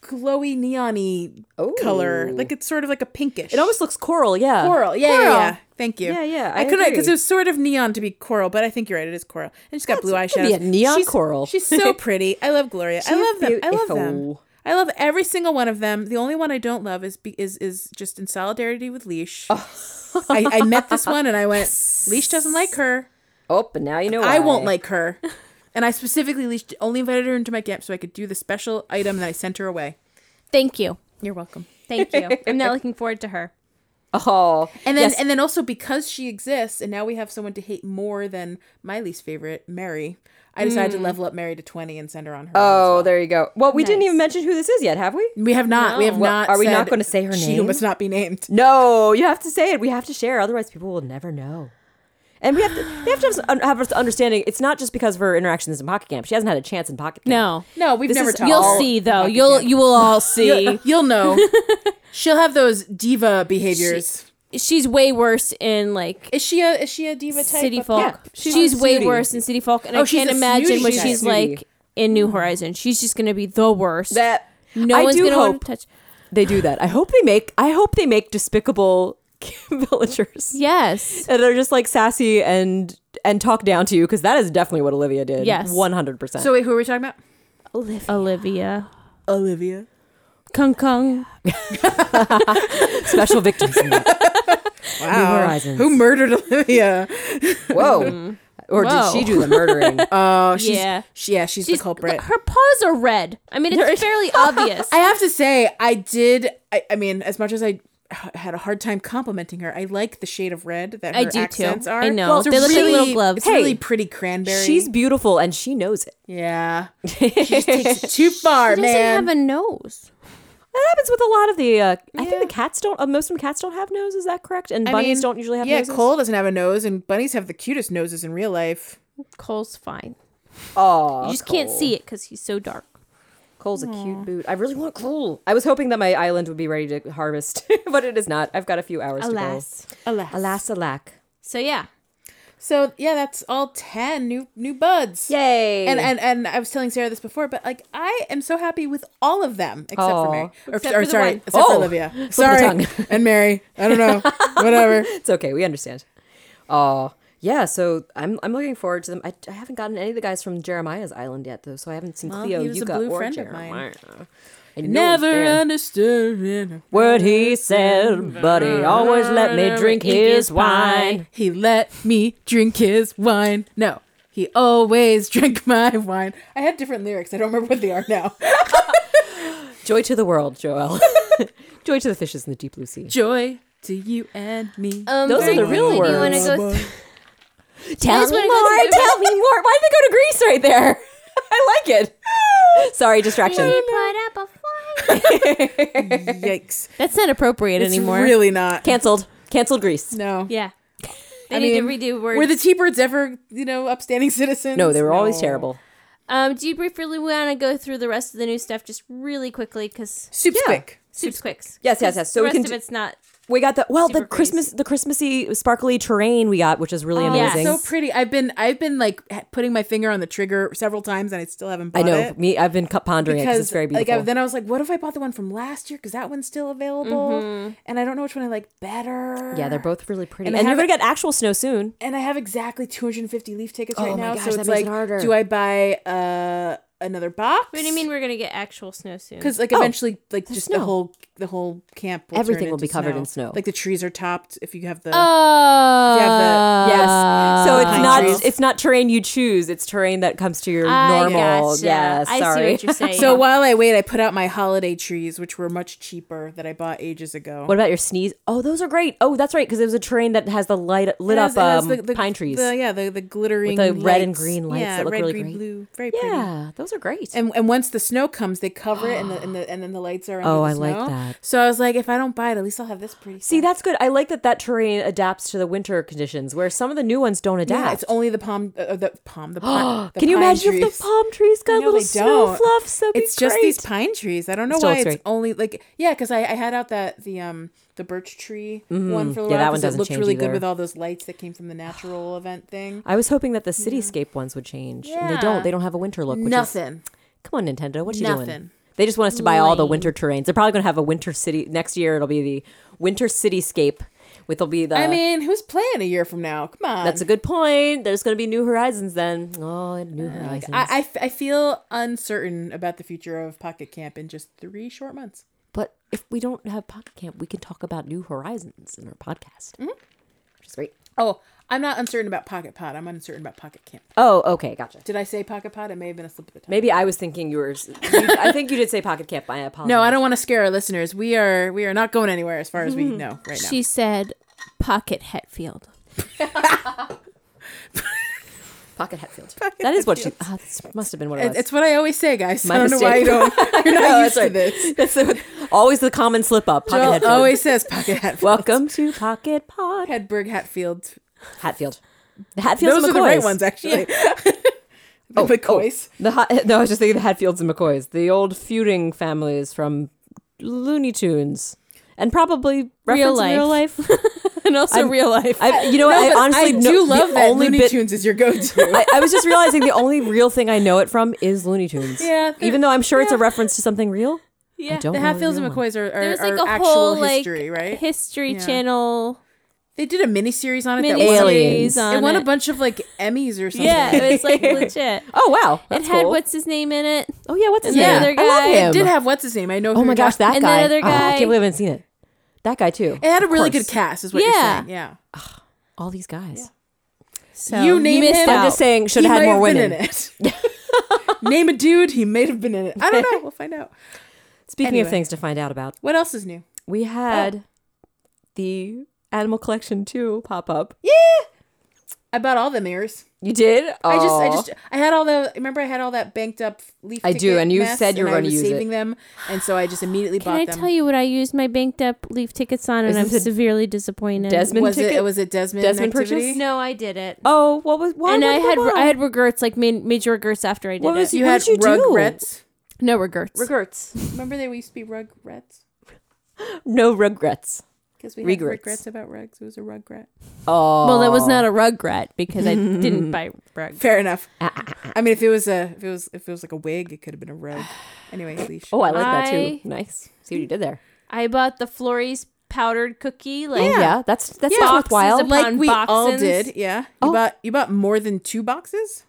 glowy neony
Oh.
color. Like it's sort of like a pinkish.
it almost looks coral. Yeah.
coral. Yeah, yeah,
Coral.
yeah. Thank you.
Yeah, yeah,
I,
I
couldn't because
agree.
it was sort of neon to be coral, but I think you're right. It is coral, and she's got blue
could
eyeshadows.
be a neon
she's,
coral. *laughs*
She's so pretty. I love Gloria. I
She's
love them. I love them.
beautiful.
I love every single one of them. The only one I don't love is be, is is just in solidarity
*laughs*
with Leash. I, I met this one and I went, Leash doesn't like her.
Oh, but now you know.
I won't
why.
like her. And I specifically Leash only invited her into my camp so I could do the special item that I sent her away.
Thank you.
You're welcome.
Thank *laughs* you. I'm not looking forward to her.
Oh,
And then
Yes.
and then also because she exists and now we have someone to hate more than my least favorite, Mary, I decided to level up Mary to twenty and send her on her. own.
Mm. oh, there you go. Well, we didn't
Nice.
even mention who this is yet, have we?
We have not. We have
Well,
not.
are we not
said
gonna say her
She who
name?
must not be named.
No, you have to say it. We have to share, otherwise people will never know. And we have to. They have to have, some, have us understanding. It's not just because of her interactions in pocket camp. She hasn't had a chance in pocket camp.
No.
No, we've
This
never
is-
talked.
You'll
All
see though.
pocket
You'll
camp.
you will all see.
You'll know. *laughs* She'll have those diva behaviors.
She's way worse in like
is she a is she a diva type?
City
of-
Folk.
Yeah, she's
She's,
a
way
snooty.
worse in City Folk and
Oh,
I
she's
can't
a
imagine
snooty
what
type.
she's like in New Horizon. She's just gonna be the worst.
that
no
I
one's
do
gonna
hope
want to touch
they do that. I hope they make. I hope they make despicable *laughs* villagers *laughs*
Yes.
that are just like sassy and and talk down to you because that is definitely what Olivia did.
Yes.
one hundred percent.
So *laughs* wait, who are we talking about?
Olivia.
Olivia.
Kung Kung.
special victims. In
*laughs*
that. Horizons.
Who
*laughs*
murdered Olivia? Mm-hmm.
Whoa. Or
Whoa.
did she do the
*laughs*
murdering?
Oh, she's,
Yeah.
she, yeah, she's, the culprit.
Her paws are red. I mean, it's fairly obvious.
I have to say, I did. I, I mean, as much as I h- had a hard time complimenting her, I like the shade of red that
I
her
do too.
accents are.
I know. Well,
It's
they look like little gloves.
It's really
Hey,
pretty cranberry.
She's beautiful and she knows it.
*laughs*
yeah. She just takes it too far,
She doesn't
man.
have a nose.
That happens with a lot of the. Uh, I think the cats don't. Uh, most of them cats don't have noses. Is that correct? And
I
bunnies
mean,
don't usually have
Yeah,
noses.
Cole doesn't have a nose, and bunnies have the cutest noses in real life.
Cole's fine.
Aw,
You just can't see it because he's so dark.
Cole's a cute boot. I really want Cole. I was hoping that my island would be ready to harvest, *laughs* but it is not. I've got a few hours
Alas.
Alas.
to go. Alas, alack.
So yeah.
So yeah, that's all ten new new buds.
Yay!
And, and and I was telling Sarah this before, but like I am so happy with all of them except
Aw.
for Mary, or,
Except
or
for the
sorry,
one-
except
Oh,
for Olivia.
the
Sorry,
tongue.
*laughs*
and Mary. I don't know, whatever.
it's okay. We understand. Aw. Uh, yeah, so I'm I'm looking forward to them. I, I haven't gotten any of the guys from Jeremiah's Island yet though, so I haven't seen
Well,
Cleo,
he was a
Yuka,
blue
or
friend of
Jeremiah.
mine.
I know he's
Never
there.
understood
word he said, but he always let me drink his wine.
He let me drink his wine. No, he always *laughs* drank my wine. I had different lyrics. I don't remember what they are
*laughs*
now.
Joy to the world, Joel. *laughs* Joy to the fishes in the deep blue sea.
Joy to you and me.
Um,
Those
very
are the real
quickly, do you wanna
words.
go
*laughs*
th-
Tell
just
me
wanna
more.
go to the-
Tell me more. Why did they go to Greece right there? *laughs* I like it. Sorry, distraction. *laughs*
He put up a fight.
Yikes.
That's not appropriate
It's
anymore.
really not.
Canceled. Canceled Greece.
no.
Yeah. They
I
need
mean,
to redo words.
Were the T Birds ever, you know, upstanding *laughs* citizens?
No, they were always
No.
terrible.
um, do you briefly want to go through the rest of the new stuff just really quickly? Because
Soup's
Yeah.
quick.
soup's quicks.
Yes, yes, yes. So
the
we
rest
can
of
do-
it's not.
We got the well, the
Super Greece.
Christmas, the Christmassy, sparkly terrain we got, which is really
Oh, yes.
amazing.
Yeah.
So pretty. I've been, I've been like ha- putting my finger on the trigger several times, and I still haven't. Bought
I know.
it.
Me, I've been cu- pondering it because it's very beautiful.
Like, I- then I was like, what if I bought the one from last year? Because that one's still available, and I don't know which one I like better.
Mm-hmm. yeah, they're both really pretty,
And
and,
I
you're
have
gonna get actual snow soon.
And I have exactly 250 leaf tickets
Oh
right
my
now,
gosh,
so
that
it's
makes
like,
it harder.
do I buy uh, another box?
What do you mean we're going to get actual snow soon?
Because like eventually, like just the
Oh, snow.
whole the whole camp, will turn
Everything will
into
be covered in snow.
Like the trees are topped if you have the.
Oh.
Yeah,
Yes. Uh, so it's
pine
not
trees.
it's not terrain you choose. It's terrain that comes to your normal.
Gotcha.
Yes.
I
sorry. *laughs*
see what you're saying.
so while I wait, I put out my holiday trees, which were much cheaper that I bought ages ago.
What about your sneeze? Oh, those are great. Oh, that's right, because it was a terrain that has the light lit
It has- it
up
has
um,
the- the-
pine trees.
The, yeah, the the glittering
the red and
lights.
green lights
Yeah,
that look
red,
really
green,
great.
blue, very pretty.
yeah, those are great.
And and once the snow comes, they cover
*gasps*
it, and the, and the and then the lights are. Under
Oh,
the
I like
snow.
that.
So I was like, if I don't buy it, at least I'll have this pretty.
See,
stuff.
that's good. I like that that terrain adapts to the winter conditions, where some of the new ones don't adapt.
Yeah, it's only the palm, uh, the palm,
*gasps*
the palm.
Can you imagine if the palm trees got
No,
little
they
snow
don't.
fluffs? That'd be
It's just
great.
these pine trees. I don't know
Still
why
looks great.
it's only like yeah, because I, I had out that the um the birch tree one
Mm-hmm. Yeah,
for a while.
that one
'cause
doesn't
it looked
change
really
either.
good with all those lights that came from the natural event thing.
I was hoping that the cityscape ones would change. And they
Yeah.
don't. They don't have a winter look. Which Is,
Nothing.
come on, Nintendo. What you
Nothing.
doing? They just want us to buy all the winter terrains. They're probably going to have a winter city next year. It'll be the winter cityscape. With will be the.
I mean, who's playing a year from now? Come on.
that's a good point. There's going to be New Horizons then. Oh, New Horizons.
I, I f- I feel uncertain about the future of Pocket Camp in just three short months.
but if we don't have Pocket Camp, we can talk about New Horizons in our podcast, which is great.
Oh, I'm not uncertain about Pocket Pod. I'm uncertain about Pocket Camp.
Oh, okay, gotcha.
Did I say Pocket Pod? It may have been a slip of the tongue.
Maybe I was thinking yours. You, I think you did say Pocket Camp. I apologize.
No, I don't want to scare our listeners. We are we are not going anywhere as far as *laughs* we know right now.
She said, "Pocket
*laughs*
Hetfield."
Pocket Hatfield. that is what she. Ah, this must have been what it
It-
was.
it's what I always say, guys.
My
I don't know why you
mistake.
*laughs* don't. You're not
No,
used
that's right.
to this.
That's the- *laughs* always the common slip up. Pocket
Joel
Hatfield.
always says Pocket
*laughs*
Hatfield. *laughs*
Welcome to Pocket Pod
Hedberg Hatfield.
Hatfield. The Hatfields
Those
and
are the right
McCoys.
ones, actually. *laughs* Oh, the McCoys.
The hot, no, I was just thinking the Hatfields and McCoys, the old feuding families from Looney Tunes, and probably reference in real life.
and also
*laughs*
real life.
I, you know
*laughs*
what? I honestly
I
no-
do
the
love that
only
Looney
bit,
Tunes is your go-to.
I, I was
*laughs*
just realizing the only real thing I know it from is Looney Tunes.
Yeah, they're-
Even though I'm sure it's a reference to something real.
yeah.
Don't
the
know the
Hatfields and
real one.
McCoys are, are,
There's like
are
a
actual
whole
history,
like
right?
History
Yeah.
Channel.
They did a miniseries on it. That
Miniseries.
won,
Aliens.
on
it won a
it.
bunch of like Emmys or something.
Yeah, it was like legit.
Oh wow,
It
that's
had
cool.
what's his name in it.
oh yeah, what's his
and the
name?
other
I love
guy.
him.
it did have what's his name? I know.
oh
who
my
you're
gosh,
talking-
that
And that
guy.
other
Oh, I
guy.
can't believe I haven't seen it. That guy too.
It had a really
Of course.
good cast, is what
Yeah.
you're saying. Yeah.
All these guys. Oh,
So
You name
missed
him.
out.
I'm just saying, should
He
have had
might
more
been
women.
in it. Name a dude. He may have been in it. I don't know. We'll find out.
Speaking of
Anyway. Oh.
things to find out about,
What else is new?
we had the Animal Collection 2 pop up.
I bought all the mirrors.
You did?
I just, I just, I had all the. Remember, I had all that banked up leaf.
I do,
ticket
and you
mess,
said you were
and I
gonna
was
use it.
saving them, and so I just immediately
Can
bought
I
them.
tell you what I used my banked up leaf tickets on, and
Is
I'm
this a
severely disappointed.
Desmond
was
ticket?
it? Was it Desmond?
Desmond purchase?
activity?
No, I did it.
oh, what was why
and
would
I
you
had
buy?
I had regrets, like ma- major regrets after I did
What
it.
was
You
What
had
did you do?
Rugrats.
No regrets.
*laughs* regrets.
Remember they used to be Rugrats
No regrets.
because we
Regrets.
had regrets about rugs. It was a Rugrat.
Oh.
Well, that was not a regret because I didn't buy rug.
*laughs*
Fair enough.
Ah,
I mean, if it was a, if it was, if it was like a wig, it could have been
*sighs*
a rug. Anyway, leash.
Oh, I like that
I-
too. Nice. See what you did there.
I bought the Flores
powdered cookie. Like
Yeah, that's that's
Yeah.
worthwhile.
Boxes
like
Upon
we all
boxes.
did. Yeah. You
Oh.
bought you bought more than two boxes?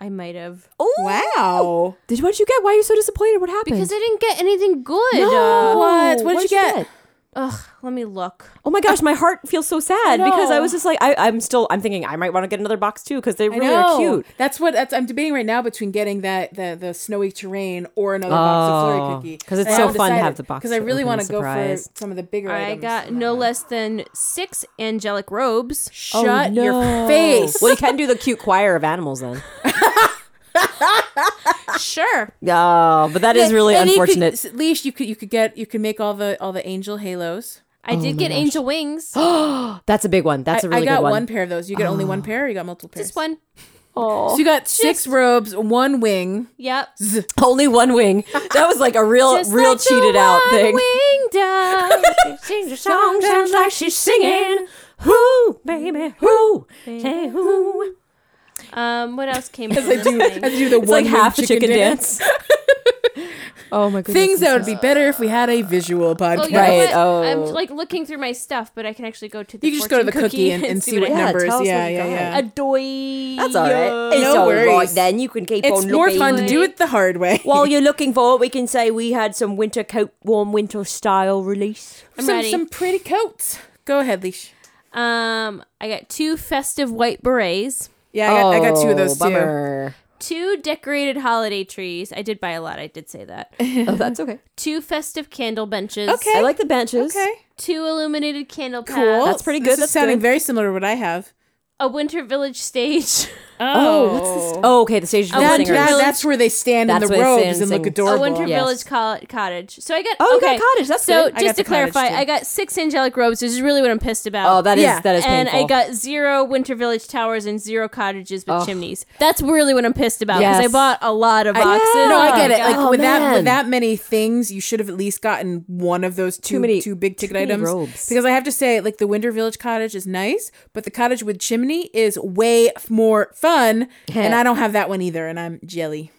I might have
Oh
Wow.
Did what did you get? Why are you so disappointed? What happened?
Because I didn't get anything good.
uh,
No.
What? What did you get?
Ugh, let me look.
Oh my gosh, my heart feels so sad because I
know.
was just like, I, I'm still, I'm thinking I might want to get another box too because they
I
really are
know.
cute.
That's what that's, I'm debating right now between getting that the, the snowy terrain or another box of
Oh,
flurry cookie
'cause it's so fun to have the box
because I really
open
want to go for
surprise.
some of the bigger
I
items.
got no less than six angelic robes.
Shut your
Oh, no.
face.
Well, you can do the cute choir of animals then. *laughs*
sure.
Oh, but that is really
And you could-
unfortunate.
s- at least you could you could get you could make all the all the angel halos.
I did get angel wings.
That's a big one. That's a really
I got
good
one.
one. *laughs* Oh.
pair of those. You got only one pair. Or you got multiple pairs.
Just one.
So you got six robes, one wing.
Yep.
Only one wing. That was like a real,
Just
real
like the
cheated out
one
thing.
winged dove. Sings a song, sounds like she's singing.
Who, baby, who? Say who?
Um, what else came?
I do. I do the
It's
one
like half a chicken dance. oh my goodness.
Things that would be better if we had a visual podcast.
Oh, you know
Right,
what?
oh.
I'm like looking through my stuff, but I can actually go to the
You can just go to the
fortune
cookie,
*laughs*
and, and see what
I-
Yeah,
numbers.
tell us
Yeah,
what you
yeah,
got.
yeah.
a doy.
That's all right. It's
No
all right
worries.
then. You can keep
It's
on
more
looking.
fun to do it the hard way.
*laughs* While you're looking for it, we can say we had some winter coat, warm winter style release.
I'm
some
ready.
some pretty coats. Go ahead, Leash.
Um, I got two festive white berets,
Yeah, I got, I got two of
Oh,
those
two decorated holiday trees. I did buy a lot. I did say
*laughs*
that.
too. Oh, that's okay.
two festive candle benches.
Okay.
I like the benches.
too. Okay,
Two illuminated candle paths.
cool.
that's pretty
This
good,
is
that's
sounding
good.
very similar to what I have.
A winter village
*laughs*
stage.
Oh, what's this? Oh, okay. The stage is
That,
singers.
that- that's where they stand in
That's
the
where they stand
robes
and
and look
sing.
*laughs* a
adorable.
winter
Yes.
village col- cottage. So I got
Oh, you got
okay.
a cottage, that's
so
good.
I got
just to
the cottage,
clarify,
too.
I got six angelic robes, which is really what I'm pissed about.
oh, that is
Yeah.
that is
and
painful. Oh.
I got zero Winter Village towers and zero cottages with chimneys. That's really what I'm pissed about because
Yes.
I bought a lot of boxes.
Yeah.
No, I get it.
Oh,
Like
God.
with that
man.
with that many things, you should have at least gotten one of those two
many-
two big ticket
too many
items.
robes.
Because I have to say, like the Winter Village cottage is nice, but the cottage with chimney is way f- more fun. and I don't have that one either, and I'm jelly.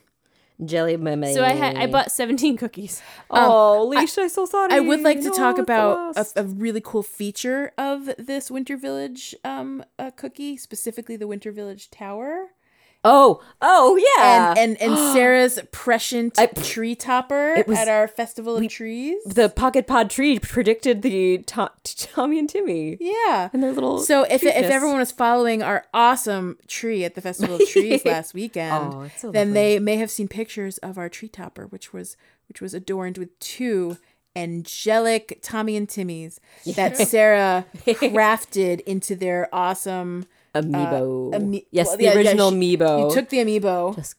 jelly mummy.
so I had I bought 17 cookies.
Oh, Leisha, I'm so sorry.
Um, I would like to
No,
talk
it's
about a,
lost.
a really cool feature of this Winter Village um uh, cookie, specifically the Winter Village Tower.
oh, oh yeah,
And, and
*gasps*
and Sarah's prescient
I-
tree topper
was-
at our festival of trees.
the pocket pod tree predicted the to- Tommy and Timmy.
yeah,
And their little
So if
tree
if
kiss.
everyone was following our awesome tree at the Festival of Trees
*laughs*
last weekend,
Oh, it's so
then
lovely.
they may have seen pictures of our tree topper, which was which was adorned with two angelic Tommy and Timmys that
*laughs*
Sarah crafted into their awesome
amiibo.
uh, ami-
yes,
well,
the
yeah, yeah,
original
she-
amiibo.
You took the amiibo.
just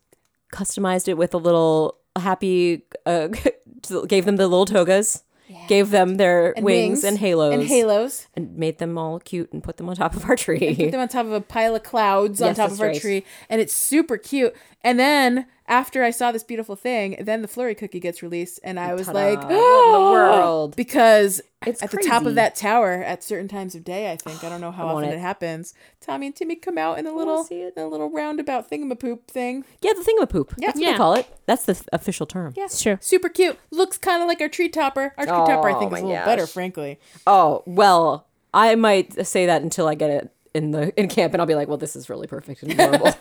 customized it with a little happy. Uh, *laughs* gave them the little togas. Gave them their wings, and halos,
and halos.
and made them all cute and put them on top of our tree.
*laughs* Put them on top of a pile of clouds on
Yes,
top
that's
of our
right.
tree, and it's super cute. And then after I saw this beautiful thing, then the flurry cookie gets released, and I was like,
what in
*gasps*
the world?
because
It's
at the top
crazy.
of that tower at certain times of day, I think I don't know how
want
often
it.
it. happens. Tommy and Timmy come out in a little
see it.
in a little roundabout thingamapoop thing.
Yeah, the thingamapoop. That's what
Yeah.
they call it. That's the th- official term.
Yes,
true.
Super cute. Looks kind of like our tree topper. Our tree topper, I
Oh,
think,
my
is a little
gosh.
better, frankly.
Oh well, I might say that until I get it in the in camp, and I'll be like, well, this is really perfect and adorable.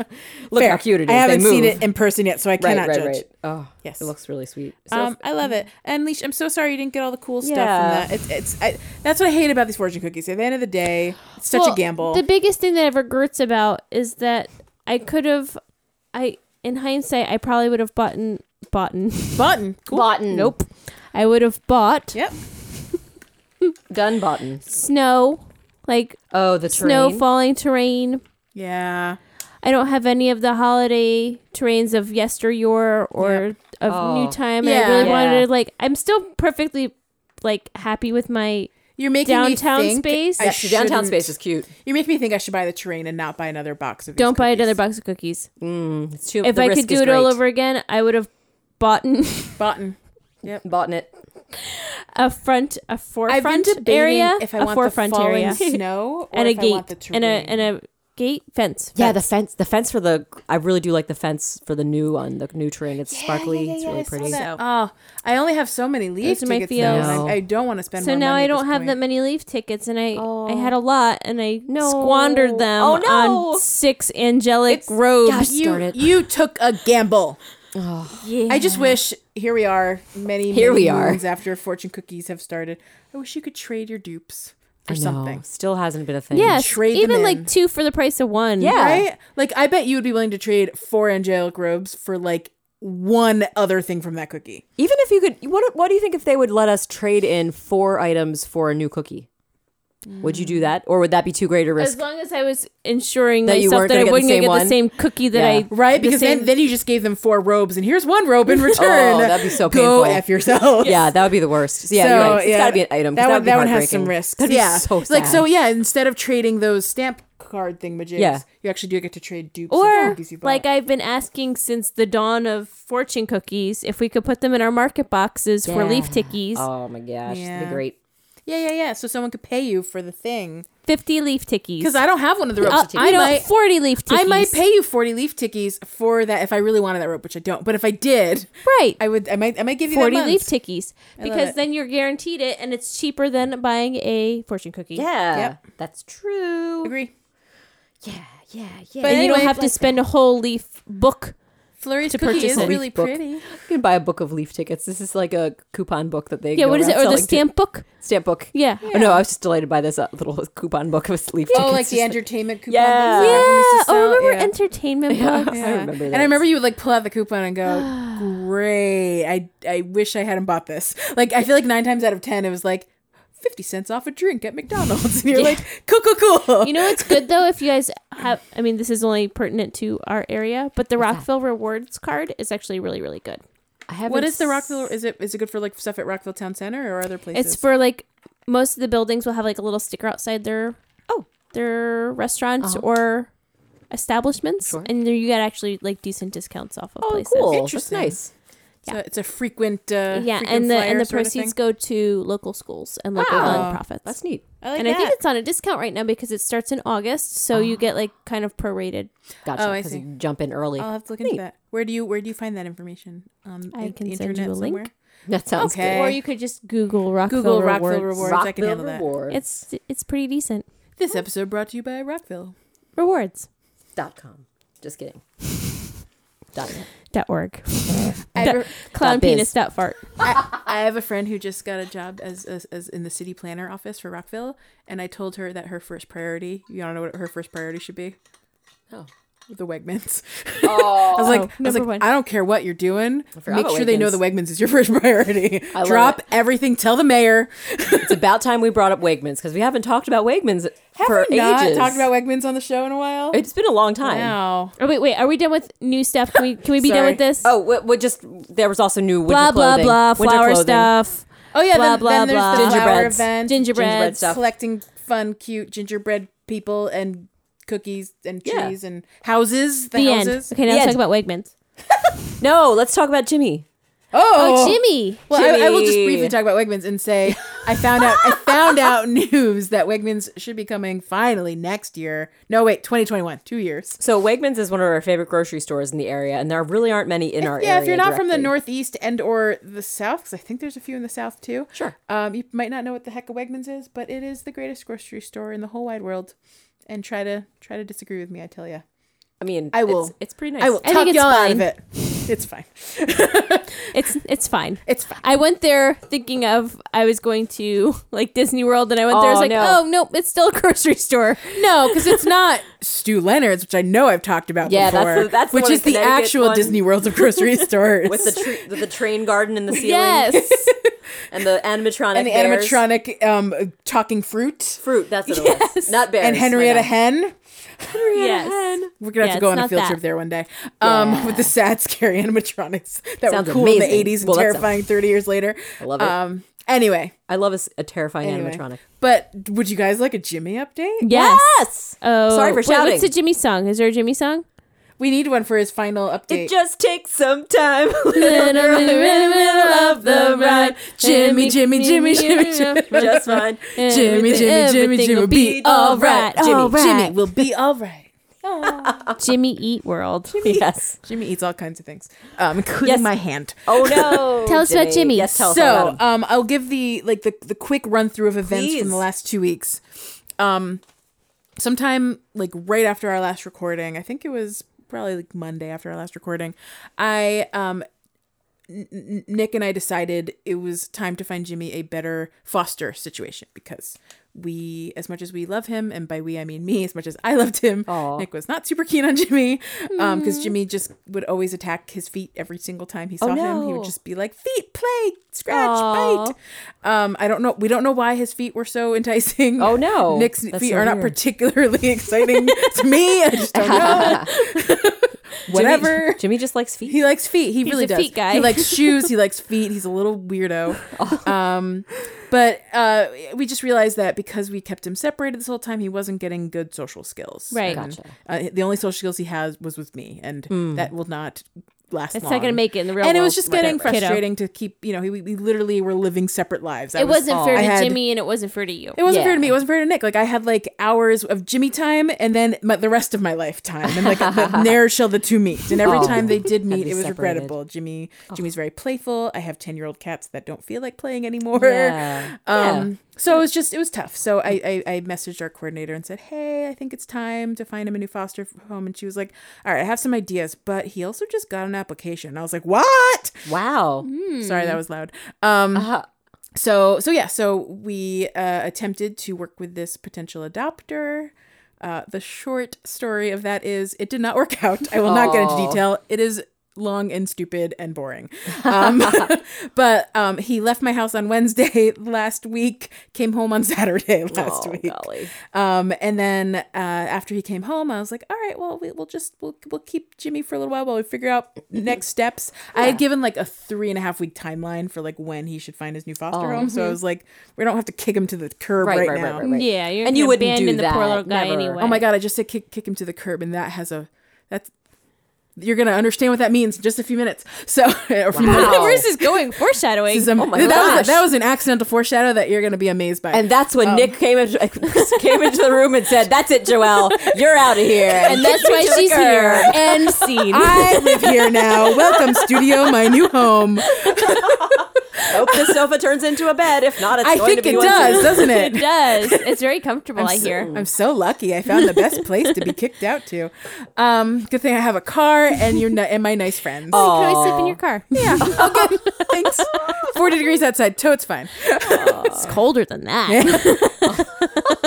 Look how cute it is.
I haven't
they move.
seen it in person yet, so I
Right,
cannot
right,
judge.
right. Oh,
Yes.
yes, it looks really sweet. So
Um, I love
Mm-hmm.
it. And Leash, I'm so sorry you didn't get all the cool
Yeah.
stuff from that. It's, it's I, that's what I hate about these fortune cookies. At the end of the day, it's such a
Well,
gamble.
The biggest thing that I regrets about is that I could have, I in hindsight, I probably would have bought bought *laughs*
Button, cool.
Botan.
Nope, I would have bought
Yep.
Done Botan.
snow, like
Oh, the
snow
terrain.
falling terrain.
Yeah.
I don't have any of the holiday terrains of yesteryear or of
Oh.
new time. I
Yeah.
really
Yeah.
wanted to like. I'm still perfectly like happy with my
You're making
Downtown
me think
space?
I
Yeah,
The downtown
shouldn't-
space is cute.
You make me think I should buy the terrain and not buy another box of. These
don't buy
cookies.
another box of cookies.
Mm, It's too.
if
the
I
risk
could do
is
it all
great.
over again, I would have bought *laughs*
Button.
Botan it.
a front a
I've been
forefront
debating
area,
if
a
I want the
forefront *laughs*
falling
area,
snow or
and a
if I want the
gate,
terrain.
and a and a gate fence.
Yeah, the
fence.
fence. The fence for the. I really do like the fence for the new one, the new train. It's sparkly. it's really pretty.
that.
Oh, I only have so many
Those
leaves to
are my
get them.
feels.
I, I don't want to spend.
So
more
now
money
I
at
don't
this
have
point. Oh.
that many leaf tickets, and I I had a lot, and I squandered them
Oh, no.
on six angelic
It's-
robes.
Gosh,
You-
darn it. Oh,
You took a gamble. I just wish here we are many
Here
many
we are.
moons after fortune cookies have started. I wish you could trade your dupes for
I know.
something.
Still hasn't been a thing.
Yes,
trade them
even
in.
like two for the price of one.
Yeah.
Right? Like I bet you would be willing to trade four angelic robes for like one other thing from that cookie.
Even if you could, what what do you think if they would let us trade in four items for a new cookie? Would you do that, or would that be too great a risk?
As long as I was ensuring
That you
myself
weren't
that I
gonna get the
wouldn't
same
get
one?
the same cookie that
Yeah.
I
Right?
the
Because
same-
then, then you just gave them four robes and here's one robe in
*laughs*
return.
Oh, that'd be so
Go
painful.
F yourself.
Yeah, that would be the worst. So, yeah, you're right. It's got to be an item. 'cause
That, one,
would be
that one has some
heartbreaking.
risks.
That'd be
yeah,
so
like
sad.
so. Yeah, instead of trading those stamp card thing,
Yeah.
you actually do get to trade dupes of
Or
cookies you bought.
like I've been asking since the dawn of fortune cookies, if we could put them in our market boxes for leaf tickies.
Oh my gosh, that'd
Yeah.
be great.
yeah, yeah, yeah. So someone could pay you for the thing
Fifty leaf tickies.
because I don't have one of the ropes.
Uh,
to take.
I
We
don't
might-
forty leaf tickies.
I might pay you forty leaf tickies for that if I really wanted that rope, which I don't. But if I did,
right.
I would. I might. I might give you
forty
that month.
leaf tickies because
it.
then you're guaranteed it, and it's cheaper than buying a fortune cookie.
Yeah,
Yep.
that's true.
Agree.
Yeah, yeah, yeah.
But
and you
anyway,
don't have to
like-
spend a whole leaf book.
Flurry's
to
cookie
purchase
is
it.
really
Book.
pretty.
you can buy a book of leaf tickets. This is like a coupon book that they
Yeah,
go
what is it?
around
Or the
selling to-
stamp book?
stamp book.
Yeah.
Oh, no, I was just delighted by this uh, little coupon book of leaf tickets.
Oh, like
Just
the entertainment coupon.
Yeah.
things that everyone
Yeah.
used to
Oh,
sell.
remember
Yeah.
entertainment *laughs* books?
*laughs*
I remember
And
that.
I remember you would like pull out the coupon
*gasps*
and go, "Great! I I wish I hadn't bought this." Like I feel like nine times out of ten, it was like fifty cents off a drink at McDonald's, *laughs* and you're like, "Cool, cool, cool."
You know what's good though? If you guys have, I mean, this is only pertinent to our area, but the Rockville Rewards card is actually really, really good.
I haven't
what is the
s-
Rockville? Is it is it good for like stuff at Rockville Town Center or other places?
It's for like most of the buildings will have like a little sticker outside their
Oh.
their restaurants or establishments,
Sure.
and there you get actually like decent discounts off of
Oh,
places.
cool. That's
Interesting.
nice.
So it's a frequent, uh,
Yeah,
frequent
and the
flyer
and the
sort of
proceeds
thing?
go to local schools and local
Wow.
nonprofits.
That's neat.
I like
and
that. Ah.
I think it's on a discount right now because it starts in August, so you get like kind of prorated.
Gotcha.
Oh, I
'cause
see. Uh,
you jump in early.
I'll have to look into that. Where do you where do you find that information? Um,
I
in-
can
the
send you
internet
a link.
somewhere.
that sounds
Okay.
Or you could just Google Rockville
Google
Rewards.
Rockville
good.
Rewards. I can handle that.
It's it's pretty decent
This episode brought to you by Rockville.
rewards.
dot com. Just kidding. dot net.
Dot
*laughs*
org.
I have, a,
Clown
Dot biz.
penis. Dot fart.
I, I have a friend who just got a job as, as as in the city planner office for Rockville, and I told her that her first priority. You don't know what her first priority should be?
Oh.
The Wegmans. *laughs* I was like, I, was
number
like
one.
I don't care what you're doing.
forgot
Make
about
sure they know
Wegmans.
the Wegmans is your first *laughs* priority.
I love
Drop
it.
everything. Tell the mayor.
It's about time we brought up Wegmans because we haven't talked about Wegmans for
Have we not
ages.
talked about Wegmans on the show in a while?
it's been a long time.
Wow.
Oh wait, wait. Are we done with new stuff? Can we can we be done
Sorry.
with this?
Oh, we, we just there was also new winter
blah blah
clothing,
blah.
winter
Flower
clothing.
stuff.
Oh yeah,
Blah,
then,
blah,
then there's
blah.
the flower
Gingerbreads.
event,
Gingerbread.
Gingerbread stuff.
collecting fun, cute gingerbread people and cookies and
Yeah.
trees and houses. The,
The end.
houses.
Okay, now
The
let's
end.
talk about Wegmans.
No, let's talk about Jimmy.
Oh, Jimmy.
Well, I, I will just
Jimmy.
briefly talk about Wegmans and say I found out I found out *laughs* news that Wegmans should be coming finally next year. No, wait, 2021, two years.
So Wegmans is one of our favorite grocery stores in the area, and there really aren't many in our area.
Yeah, if you're not from the
directly.
Northeast and or the South, because I think there's a few in the South too.
Sure.
Um, you might not know what the heck a Wegmans is, but it is the greatest grocery store in the whole wide world. And try to try to disagree with me, I tell you.
I mean,
I will.
It's, it's pretty nice.
I will
I
talk
think it's
y'all out
fine.
of it. It's fine.
It's it's fine.
It's fine.
I went there thinking of I was going to like Disney World, and I went there. I was
Oh,
like,
no.
oh no, it's still a grocery store.
No, because it's not Stu Leonard's, which I know I've talked about
Yeah, that's
before.
the- that's the
which
one
is
in
the
Connecticut
actual
one.
Disney Worlds
*laughs*
of grocery stores
with the tre- the- the train garden
*laughs*
in the ceiling
*laughs* Yes.
and the animatronic
and the
bears.
animatronic um, talking fruit
fruit. That's what it was. Not bears.
and
my
Henrietta
bad.
Hen.
*laughs* yes.
We're gonna have
Yeah,
to go
it's
on a
not
field
that.
trip there one day um, with the sad, scary animatronics that
Sounds
were cool in
amazing.
the '80s and
Well, that sounds-
terrifying 30 years later. I
love it.
Um, anyway,
I love a, s- a terrifying
anyway.
animatronic.
But would you guys like a Jimmy update?
Yes. Oh,
Sorry for
wait,
shouting.
What's the Jimmy song? Is there a Jimmy song?
We need one for his final update.
It just takes some time. *laughs*
Then I'm *laughs* in the middle
of the ride. Jimmy, Jimmy, Jimmy, Jimmy, Jimmy.
just fine.
*laughs* Jimmy, Jimmy, Jimmy, Jimmy,
Everything will
be all right.
all
Jimmy,
right.
Jimmy will be all right.
*laughs* Jimmy Eat World.
yes.
Jimmy eats all kinds of things, um, including
Yes.
my hand.
Oh
*laughs*
no.
Tell us about Jimmy.
Yes, tell us all about
so
him.
um, I'll give the like the, the quick run through of events
Please.
from the last two weeks. Um, sometime like right after our last recording, I think it was probably like Monday after our last recording, I um, N- N- Nick and I decided it was time to find Jimmy a better foster situation because we, as much as we love him, and by we I mean me, as much as I loved him,
Aw. Mm.
Nick was not super keen on Jimmy because Jimmy just would always attack his feet every single time he saw him. He
Oh, no.
would just be like, feet, play, scratch, bite. Um, I don't know. We don't know why his feet were so *laughs* enticing.
Oh, no.
Nick's
That's
feet
so
are not
weird.
particularly *laughs* exciting to
*laughs*
me. I just don't know. Whatever.
Jimmy, Jimmy just likes feet.
He likes feet. He really
a
does.
feet guy. Oh.
He
*laughs*
likes shoes. he likes feet. He's a little weirdo. Um, but uh, we just realized that because we kept him separated this whole time, he wasn't getting good social skills.
Right. Hmm.
And, Uh, the only social skills he has was with me, and that will not last.
It's not gonna
long.
make it in the real
And it
world,
was just getting
whatever, kiddo.
frustrating to keep. You know, he, we literally were living separate lives. I
It wasn't fair
I
to
had-
Jimmy and it wasn't fair to you.
It wasn't fair to
Yeah.
me. It wasn't fair to Nick. Like I had like hours of Jimmy time, and then my, the rest of my lifetime, and like
*laughs*
but ne'er shall the two meet. And every
Oh.
time they did meet,
be
it was
separated. Oh.
regrettable. Jimmy, Jimmy's very playful. I have ten year old cats that don't feel like playing anymore. *laughs*
Yeah.
Um, So it was just it was tough. So I, I I messaged our coordinator and said, hey, I think it's time to find him a new foster home. And she was like, all right, I have some ideas, but he also just got an application. And I was like, what?
wow.
Sorry, that was loud. Um,
Uh,
so so yeah so we uh, attempted to work with this potential adopter uh, the short story of that is it did not *laughs* work out i will not get into
Oh.
detail it is long and stupid and boring um, but um, he left my house on wednesday *laughs* last week came home on *laughs* saturday last
oh,
week
golly.
um, and then uh, after he came home, I was like, "All right, well, we, we'll just we'll, we'll keep Jimmy for a little while while we figure
*laughs*
out next steps." I had given like a three and a half week timeline for like when he should find his new foster home, so I was like, "We don't have to kick him to the curb
Oh, mhm. Right, right,
right,
right,
now."
right, right.
Yeah, you're
And
and
you
you would
wouldn't do
abandon the poor
that,
little guy
never.
anyway.
Oh
*laughs*
my god, I just said kick kick him to the curb, and that has a that's you're gonna understand what that means in just a few minutes. So, *laughs* or a few minutes.
Wow. Oh
where is this going? Foreshadowing.
This is a-
my
that was
gosh.
a- that was an accidental foreshadow that you're gonna be amazed by.
And
*laughs*
that's when Nick came into, came into the room and said, "That's it, Joelle. You're out of here."
*laughs*
*laughs*
and
*laughs*
that's
Kicked her
why
to the
she's
curb.
here. End scene.
I live here now. Welcome, studio, my new home.
Hope the sofa turns into a bed. If not, it's
I
going
think
to
it
be one
does,
soon.
doesn't
*laughs*
it
it? *laughs*
does. It's very comfortable. I
so-
hear.
I'm so lucky. I found the best place to be kicked out to. Um, good thing I have a car and you're and my nice friends.
You can always sleep in your car.
yeah. Okay. Thanks. Forty degrees outside. Totes fine.
It's colder than that.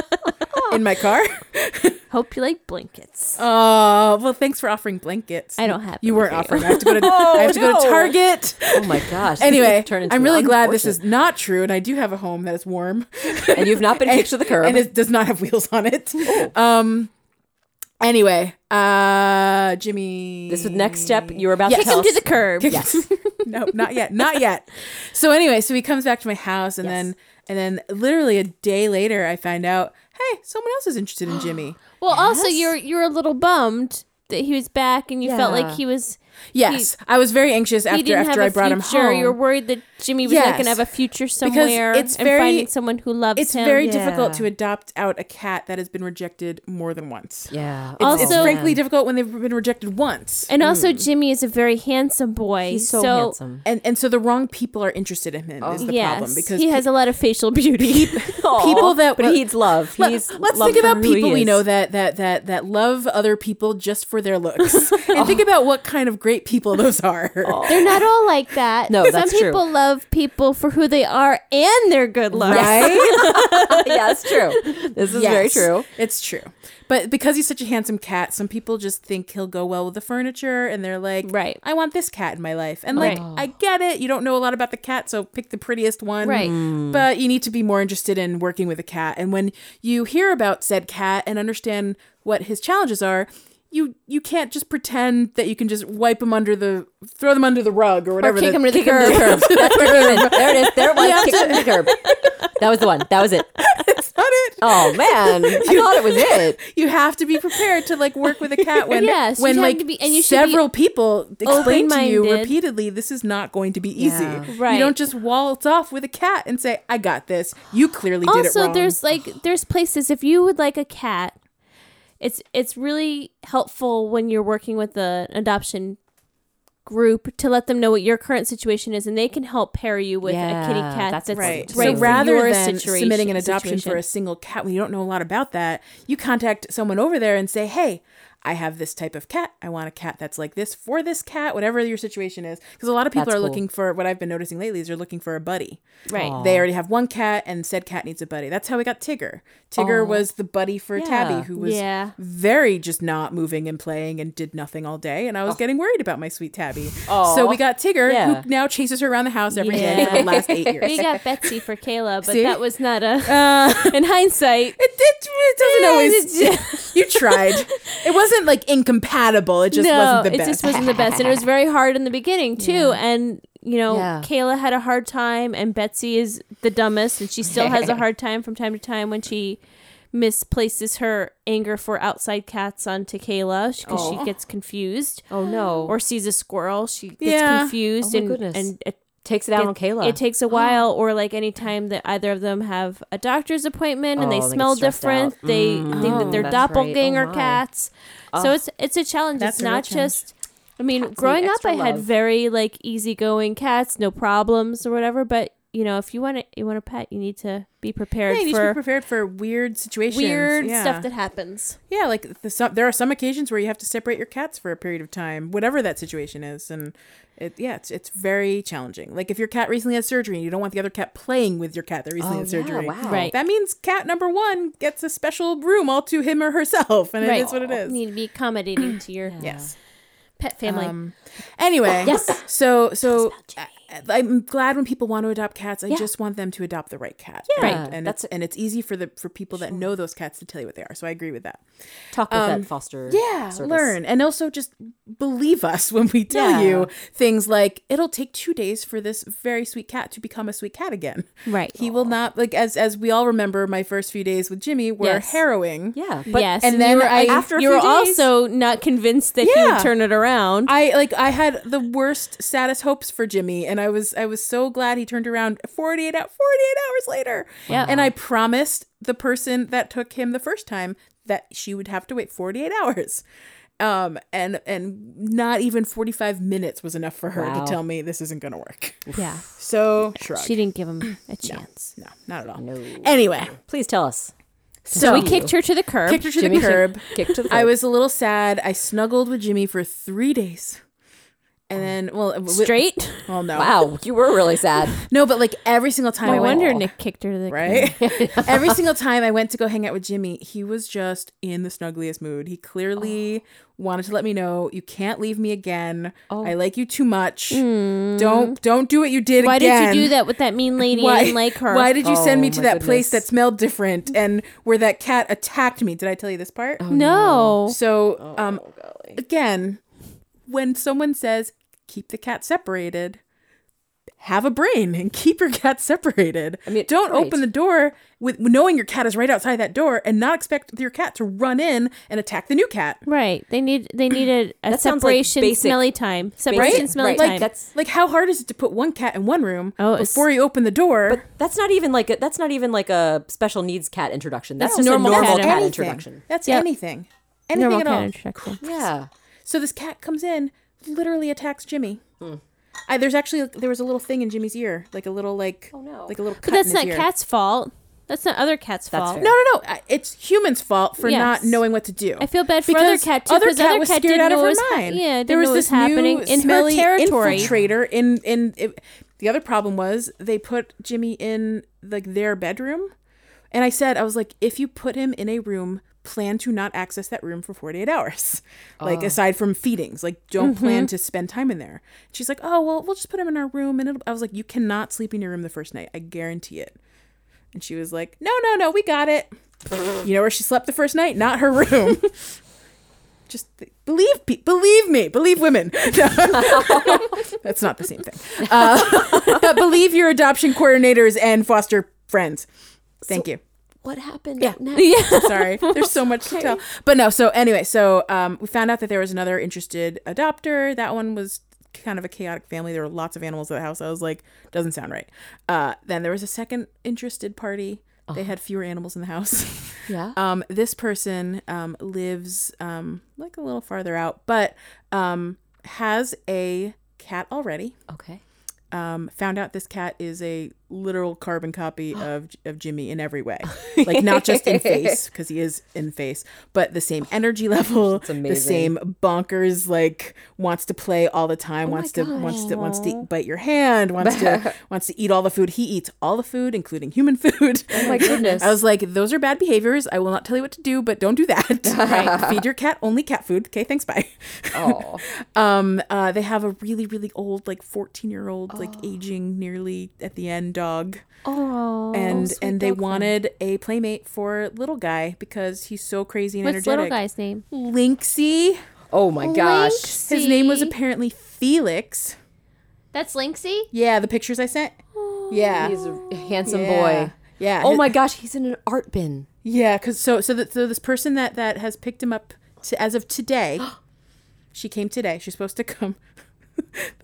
In my car.
Hope you like blankets.
Oh well, thanks for offering blankets.
I don't have
You
them
weren't
for you.
offering. I have to
*laughs*
go to. I have to go to
Oh, no. *laughs*
Target.
Oh my gosh!
Anyway,
Turn into
I'm
an
really glad this is
unfortunate-
not true, and I do have a home that is
*laughs*
warm.
And you've
*laughs*
not been kicked to the curb.
and it does not have wheels on it. Um. Anyway, uh, Jimmy.
this is the next step. You were about
Yes.
to
Kick
tell
him to
us.
the curb.
Yes.
*laughs* no, not yet, not yet. So anyway, so he comes back to my house, and then and then literally a day later, I find out, hey, someone else is interested
*gasps*
in Jimmy.
Well, also you're you're a little bummed that he was back and you felt
Yeah.
like he was
Yes, I was very anxious
he
after
didn't have
after
a
I brought him
future.
home.
you were worried that Jimmy was not going
Yes.
to have a future somewhere
it's
and
very-
finding someone who loves
it's
him.
very
Yeah.
difficult to adopt out a cat that has been rejected more than once.
Yeah.
It's, it's
Also-
frankly difficult when they've been rejected once.
and also
Mm.
Jimmy is a very handsome boy.
he's so, handsome.
and and so the wrong people are interested in him is the
Oh, yes,
problem because
he has a lot of facial
*laughs*
beauty.
people that
but
would-
he needs love.
Let,
He's
us
loved
think
for
about
who he
people we
is. *laughs*
know that that that that love other people just for
*laughs*
their looks, and think about what kind of great people those are.
*laughs*
*laughs*
They're not all like that.
No,
some
that's true.
people love people for who they are and their good looks.
Right?
yeah, it's true. This is very
Yes.
true.
It's true. But because he's such a handsome cat, some people just think he'll go well with the furniture and they're like,
Right.
I want this cat in my life. And like,
Right.
I get it. You don't know a lot about the cat, so pick the prettiest one.
Right.
But you need to be more interested in working with a cat. And when you hear about said cat and understand what his challenges are, you you can't just pretend that you can just wipe him under the throw them under the rug or whatever.
kick
the-
him to the
him *laughs*
*laughs*
curb.
curb.
That's where it is. There it is. There it was. Kick him to the curb. That was the one. That was *laughs* it.
That's not it.
Oh man, I thought *laughs* it was it.
you have to be prepared to like work with a cat
*laughs*
when
Yes, you
when
have
like
to be- and you should be
several people explain to you
open-minded.
repeatedly this is not going to be easy.
Yeah.
Right.
You don't just waltz off with a cat and say I got this. You clearly did it
also
wrong.
there's like there's places if you would like a cat it's it's really helpful when you're working with an adoption group to let them know what your current situation is, and they can help pair you with a kitty
Yeah,
cat
that's
that's,
Right.
right.
So
for
rather
your
than
situation-
submitting an adoption
situation.
for a single cat when you don't know a lot about that, you contact someone over there and say, hey, I have this type of cat. I want a cat that's like this for this cat, whatever your situation is. Because a lot of people
That's
are
cool.
looking for what I've been noticing lately is they're looking for a buddy.
Right.
They already have one cat, and said cat needs a buddy. That's how we got Tigger. Tigger was the buddy for Tabby, who was
Yeah.
very just not moving and playing and did nothing all day. And I
Oh.
was getting worried about my sweet Tabby. So we got Tigger,
Yeah.
who now chases her around the house every day for
Yeah.
the last eight years.
We *laughs* got Betsy for Kayla, but
*laughs* See? Uh,
that was not a. *laughs* in
*laughs*
hindsight,
It, it, it doesn't *laughs*
Yeah,
always. you tried. It wasn't like incompatible. It just
no,
wasn't the
it
best.
just wasn't the best, and it was very hard in
*laughs*
the beginning too. And you know,
Yeah.
Kayla had a hard time, and Betsy is the dumbest, and she still
*laughs*
has a hard time from time to time when she misplaces her anger for outside cats onto Kayla because she gets confused
Oh no.
or sees a squirrel. She gets
Yeah.
confused
Oh, my
and
goodness.
and uh, it
takes it out on
it-
Kayla.
It takes
*gasps*
a while, or like any time that either of them have a doctor's appointment and
Oh,
they
they get
smell
stressed
different,
out.
they
Mm-hmm.
think
Oh,
that they're
that's right. Oh,
doppelganger
my.
cats. So it's it's a challenge.
That's
it's
a real
not
challenge.
just. I mean, growing up,
extra
I had
love.
very like easygoing cats, no problems or whatever. But you know, if you want to, you want a pet, you need to be prepared
Yeah, you need to be
for
prepared for weird situations.
weird
yeah.
stuff that happens.
yeah, like the, some, there are some occasions where you have to separate your cats for a period of time, whatever that situation is, and it, yeah, it's it's very challenging. Like if your cat recently had surgery and you don't want the other cat playing with your cat that recently
Oh,
had
yeah,
surgery,
wow.
Right.
That means cat number one gets a special room all to him or herself, and it is what it is.
You need to be accommodating to
*clears throat*
your
Yes.
pet family.
Um, anyway,
Yes.
So so I- I'm glad when people want to adopt cats. I just want them to adopt the right cat. Yeah,
Right.
And
That's
it's, and it's easy for the for people that know those cats to tell you what they are. So I agree with that.
Talk with that foster.
Yeah,
service.
learn and also just believe us *laughs* when we tell
Yeah.
you things like it'll take two days for this very sweet cat to become a sweet cat again.
Right.
He will not like as as we all remember. My first few days with Jimmy were
Yes.
harrowing.
Yeah. But
yes,
and
and, then
then
you were,
I-
like,
after a
you
few
were
days-
also not convinced that he
Yeah.
would turn it around.
I like I had the worst saddest hopes for Jimmy and I was I was so glad he turned around 48 out 48 hours later.
Yeah.
And I promised the person that took him the first time that she would have to wait 48 hours. Um and and not even 45 minutes was enough for her
Wow.
to tell me this isn't going to work.
yeah.
So, shrug.
She didn't give him *clears throat* a chance.
no, not at all.
No.
Anyway,
Please tell us.
so
We Oh. kicked her to the curb.
kicked her to
Jimmy
the curb.
Kick to the.
I was a little sad. I snuggled with Jimmy for 3 days. And then well w-
*laughs*
w-
straight.
well no.
Wow, you were really *laughs* sad.
No, but like every single time I
I
went,
wonder Nick kicked her to the
*laughs* right? every single time I went to go hang out with Jimmy, he was just in the snuggliest mood. He clearly
Oh.
wanted to let me know you can't leave me again. I like you too much. Don't don't do what you
*laughs*
did
Mm. Why
again.
did you do that with that mean *laughs* lady? I didn't like her.
Why did you send
Oh,
me
my
to that place that
goodness.
smelled different and where that cat attacked me? Did I tell you this
Oh,
part?
no.
So,
Oh,
um, again, when someone says keep the cat separated, have a brain and *laughs* keep your cat separated. I
mean,
don't
right.
open the door with knowing your cat is right outside that door and not expect your cat to run in and attack the new cat.
Right. They need they needed a
sounds like
separation
basic-
smelly time. Separation
Right?
smelly
Right.
time.
Like that's
Like, how hard is it to put one cat in one room
Oh, it's-
before you open the door?
that's not even like a, that's not even like a special needs cat introduction. That's
No,
just
normal
a normal
cat
cat,
anything.
introduction.
That's
Yep.
anything. Anything
normal
at
cat
all.
introduction.
Yeah.
So this cat comes in, literally attacks Jimmy.
Hmm.
I, there's actually there was a little thing in Jimmy's ear, like a little like oh
no.
like a little. Cut
But that's
in his
not
ear.
cat's fault. That's not other cat's fault.
fair.
No, no, no. I- It's humans' fault for not
Yes.
knowing what to do.
I feel bad for other cat, too, 'cause other cat didn't know what was ha- yeah, didn't
there was
know what was
this new
happening in her
smelly
territory.
Infiltrator in in. It, the other problem was they put Jimmy in like their bedroom, and I said I was like, if you put him in a room, plan to not access that room for forty eight hours. *laughs* Like aside from feedings, like don't plan
Mm-hmm.
to spend time in there. She's like, oh well, we'll just put him in our room, and it'll, I was like, you cannot sleep in your room the first night. I guarantee it. And she was like, no, no, no, we got it. *laughs* You know where she slept the first night? Not her room. *laughs* Just th- believe, pe- believe me, believe women. *laughs* No. That's not the same thing. Uh, *laughs* but believe your adoption coordinators and foster friends. Thank you.
What happened?
Yeah.
*laughs*
Sorry, there's so much to tell. But no, so anyway, so um, we found out that there was another interested adopter. That one was kind of a chaotic family. There were lots of animals at the house. I was like, doesn't sound right. Uh, then there was a second interested party. They had fewer animals in the house. *laughs*
Yeah.
Um, this person um, lives um, like a little farther out, but um, has a cat already.
Okay.
Um, found out this cat is a literal carbon
*gasps*
copy of of Jimmy in
*laughs*
every way, like not just in face because he is in face, but the same
*laughs*
energy level, the
amazing.
same bonkers like wants to play all the
Oh
time, wants to wants to wants to bite your hand,
*laughs*
wants to wants to eat all the food. He eats all the food, including human *laughs* food.
Oh my goodness.
*laughs* I was like, those are bad behaviors. I will not tell you what to do, but don't do
*laughs*
that. Feed your cat only cat food. Okay, thanks, bye.
oh.
Um, uh, they have a really, really old, like fourteen year old, like aging nearly at the end dog.
Oh.
and and they wanted a playmate for little guy because he's so crazy and
What's
energetic.
little guy's name?
Linksy.
Oh my gosh.
His name was
Linksy.
apparently Felix.
That's Linksy?
Yeah, the pictures I sent.
Oh.
Yeah.
He's a handsome
yeah.
boy.
Yeah.
Oh
his-
my gosh, he's in an art bin.
Yeah, because so so that so this person that that has picked him up to, as of today, she came today. She's supposed to come *laughs*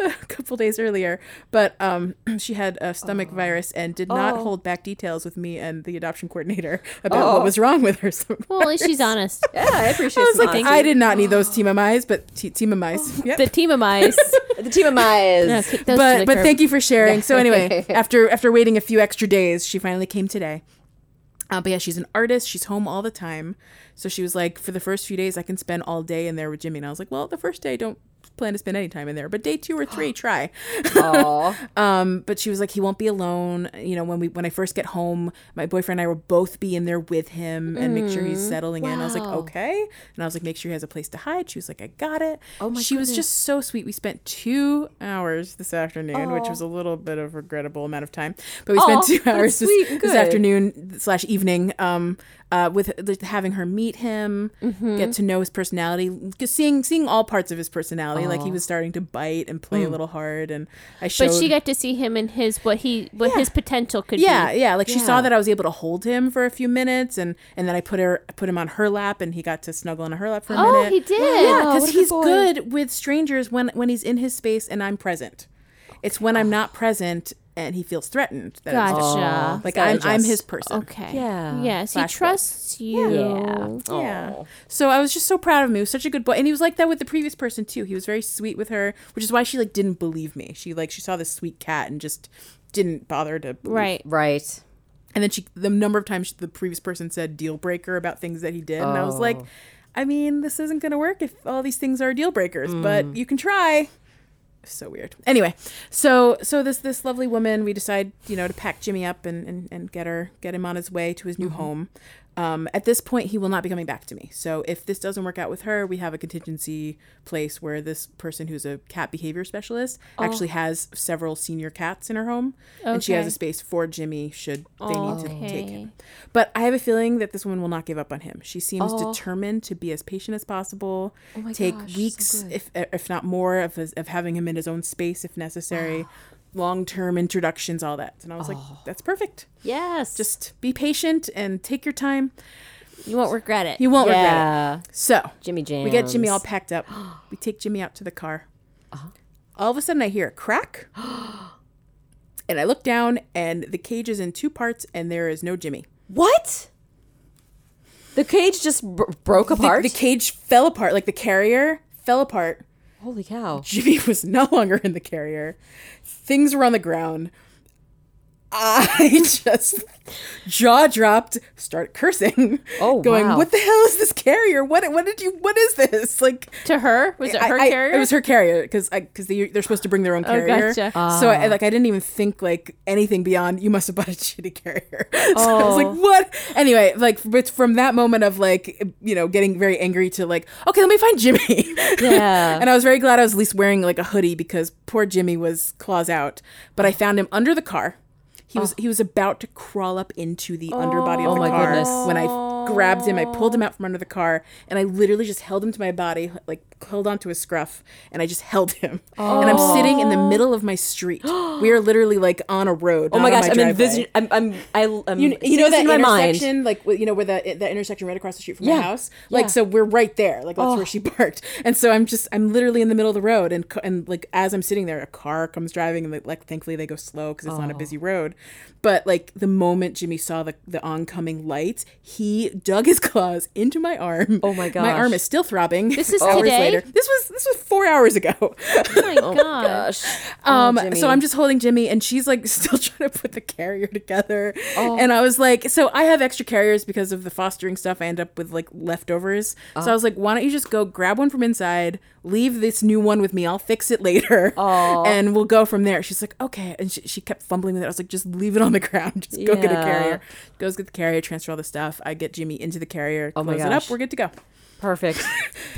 a couple days earlier, but um, *clears throat* she had a stomach virus and did not hold back details with me and the adoption coordinator about what was wrong with her stomach.
Well, at least *laughs* she's honest.
Yeah, I appreciate
I was
some
like,
honesty.
I did not need those team MIs, but t- team MIs. Yep.
The team of *laughs* mice.
The team of *laughs*
No,
eyes.
kick those to the
but but
curb.
thank you for sharing. So anyway, after after waiting a few extra days, she finally came today. Uh, but yeah, she's an artist. She's home all the time. So she was like, for the first few days, I can spend all day in there with Jimmy. And I was like, well, the first day, don't plan to spend any time in there. But day two or three, try. um, but she was like, he won't be alone. You know, when we when I first get home, my boyfriend and I will both be in there with him and make sure
Mm.
he's settling in. I was like, okay. And I was like, make sure he has a place to hide. She was like, I got it. Oh my she was just so sweet. We spent two hours this afternoon, which was a little bit of regrettable amount of time, but we spent
Aw,
two *laughs*
that's
hours
sweet
this,
and
this
good.
afternoon afternoon slash evening um uh with with having her meet him
Mm-hmm.
get to know his personality 'cause seeing seeing all parts of his personality like he was starting to bite and
Mm.
play a little hard and i showed
But she got to see him and his what he what his potential could
yeah
be.
yeah like she saw
Yeah.
that i was able to hold him for a few minutes and and then i put her I put him on her lap and he got to snuggle on her lap for a
Oh,
minute
he did.
yeah
what
because
a good
he's
boy.
good with strangers when when he's in his space and i'm present it's when i'm not present and he feels threatened that it's different.
Gotcha. Oh,
like
gotta
I'm, I'm
adjust.
his person
Okay.
Yeah.
Yes, he
Flash boys.
trusts you.
Yeah.
Yeah. So I was just so proud of him. He was such a good boy, and he was like that with the previous person too. He was very sweet with her, which is why she like didn't believe me. She like she saw this sweet cat and just didn't bother to believe.
Right.
Right.
And then she the number of times the previous person said deal breaker about things that he did, and I was like, I mean, this isn't gonna work if all these things are deal breakers, but you can try. So weird. Anyway, so so this this lovely woman, we decide you know to pack Jimmy up and and, and get her get him on his way to his new home. Um, at this point, he will not be coming back to me. So if this doesn't work out with her, we have a contingency place where this person who's a cat behavior specialist actually has several senior cats in her home, and she has
Okay.
a space for Jimmy should they need to
Okay.
take him. But I have a feeling that this woman will not give up on him. She seems determined to be as patient as possible. take weeks, if if not more, of his, of having him in his own space if necessary. Long term introductions, all that. And I was like, that's perfect.
Yes. Just
Just be patient and take your time.
you won't regret it.
You won't regret
Yeah.
it. So
Jimmy Jam.
we get Jimmy all packed up. We take Jimmy out to the car. All of a sudden, I hear a crack. And I look down, and the cage is in two parts, and there is no Jimmy.
What? The cage just br- broke
the,
apart.
the cage fell apart like the carrier fell apart *laughs*
Holy cow!
jimmy was no longer in the carrier things were on the ground i *laughs* just jaw dropped start cursing
Oh,
going
wow.
what the hell is this carrier what what did you what is this like
to her? Was it her
I- I-
carrier? Oh,
it was her carrier because because they, they're supposed to bring their own carrier.
gotcha.
So I, like I didn't even think like anything beyond you must have bought a shitty carrier. *laughs* so I was like, what? Anyway, like but from that moment of like you know getting very angry to like okay, let me find Jimmy. *laughs*
Yeah.
and I was very glad I was at least wearing like a hoodie because poor Jimmy was claws out. But I found him under the car. He was he was about to crawl up into the underbody of the
my
car
goodness.
when I grabbed him. I pulled him out from under the car, and I literally just held him to my body, like held onto his scruff and I just *laughs* held him. And I'm sitting in the middle of my street. we are literally like on a road.
Oh my gosh, I'm
driveway.
envisioning. I'm, I'm, I, I'm
You, you
seeing
know
um, this
that
in my mind.
intersection, like w- you know where that that intersection right across the street from
Yeah,
my house. Like
yeah. Oh.
so, we're right there. Like that's where she *laughs* parked. And so I'm just I'm literally in the middle of the road, and c- and like as I'm sitting there, a car comes driving, and like, like thankfully they go slow because it's not a
Oh.
busy road. But like the moment Jimmy saw the the oncoming lights, he dug his claws into my arm. Oh
my
my arm
gosh.
is still throbbing.
This is
*laughs* hours
today?
later. This was this was four hours ago.
Oh *laughs* my god.
Um,
Oh, Jimmy.
so I'm just holding Jimmy, and she's like *laughs* still trying to put the carrier together.
Oh.
And I was like, so I have extra carriers because of the fostering stuff. I end up with like leftovers. So I
Oh.
was like, why don't you just go grab one from inside, leave this new one with me. I'll fix it later, *laughs* and we'll go from there. She's like, okay. And she, she kept fumbling with it. I was like, just leave it on the *laughs* ground. Just go get a
Yeah.
carrier. Goes get the carrier, transfer all the stuff. I get Jimmy into the carrier,
Oh my
close it
gosh.
up. We're good to go.
Perfect.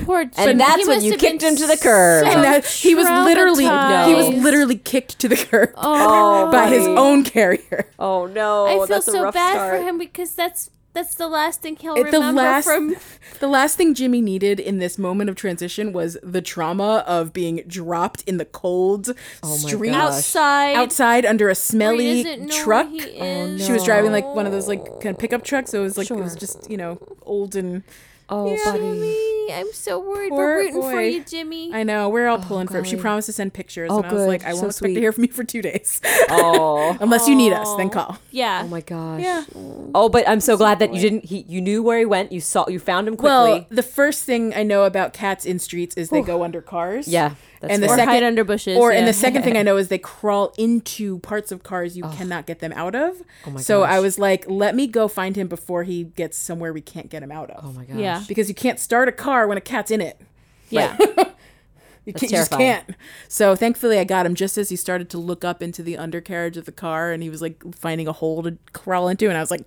Poor
And
Jim.
that's
He
when
must
you
have been
kicked him to the curb.
so
And that he was literally he was
traumatized.
literally kicked to the *laughs* curb
Oh,
by his
buddy.
own carrier.
*laughs* Oh no,
I feel
that's a
so
rough
bad
start.
for him because that's that's the last thing he'll
It- the
remember
last
from
*laughs* the last thing Jimmy needed in this moment of transition was the trauma of being dropped in the cold
Oh my
street
gosh.
outside.
outside under a
where he
smelly
doesn't know where
truck. Oh,
he is.
She was driving like one of those like kind of pickup trucks, so it was like it was just you know old and
Oh, *laughs* buddy.
Jimmy, I'm so worried.
Poor
We're rooting for
boy.
you, Jimmy.
I know we're all pulling for. She
golly.
promised to send pictures,
Oh,
and I was
good.
like, I
So
won't expect
sweet.
to hear from you for two days *laughs*
Oh.
unless you need us. Then call.
yeah.
Oh my gosh.
Yeah.
Oh, but I'm so glad that you didn't. He, you knew where he went. You saw. You found him quickly.
Well, the first thing I know about cats in streets is they go under cars.
Yeah, that's
and the
fair. Or
second
hide under bushes,
Or
yeah.
and the *laughs* second
*laughs*
thing I know is they crawl into parts of cars you cannot get them out of. Oh my so I was like, let me go find him before he gets somewhere we can't get him out of.
oh my gosh.
yeah.
Because you can't start a car when a cat's in it.
Yeah.
You,
That's
can't, you just
terrifying.
can't. So thankfully, I got him just as he started to look up into the undercarriage of the car, and he was like finding a hole to crawl into, and I was like,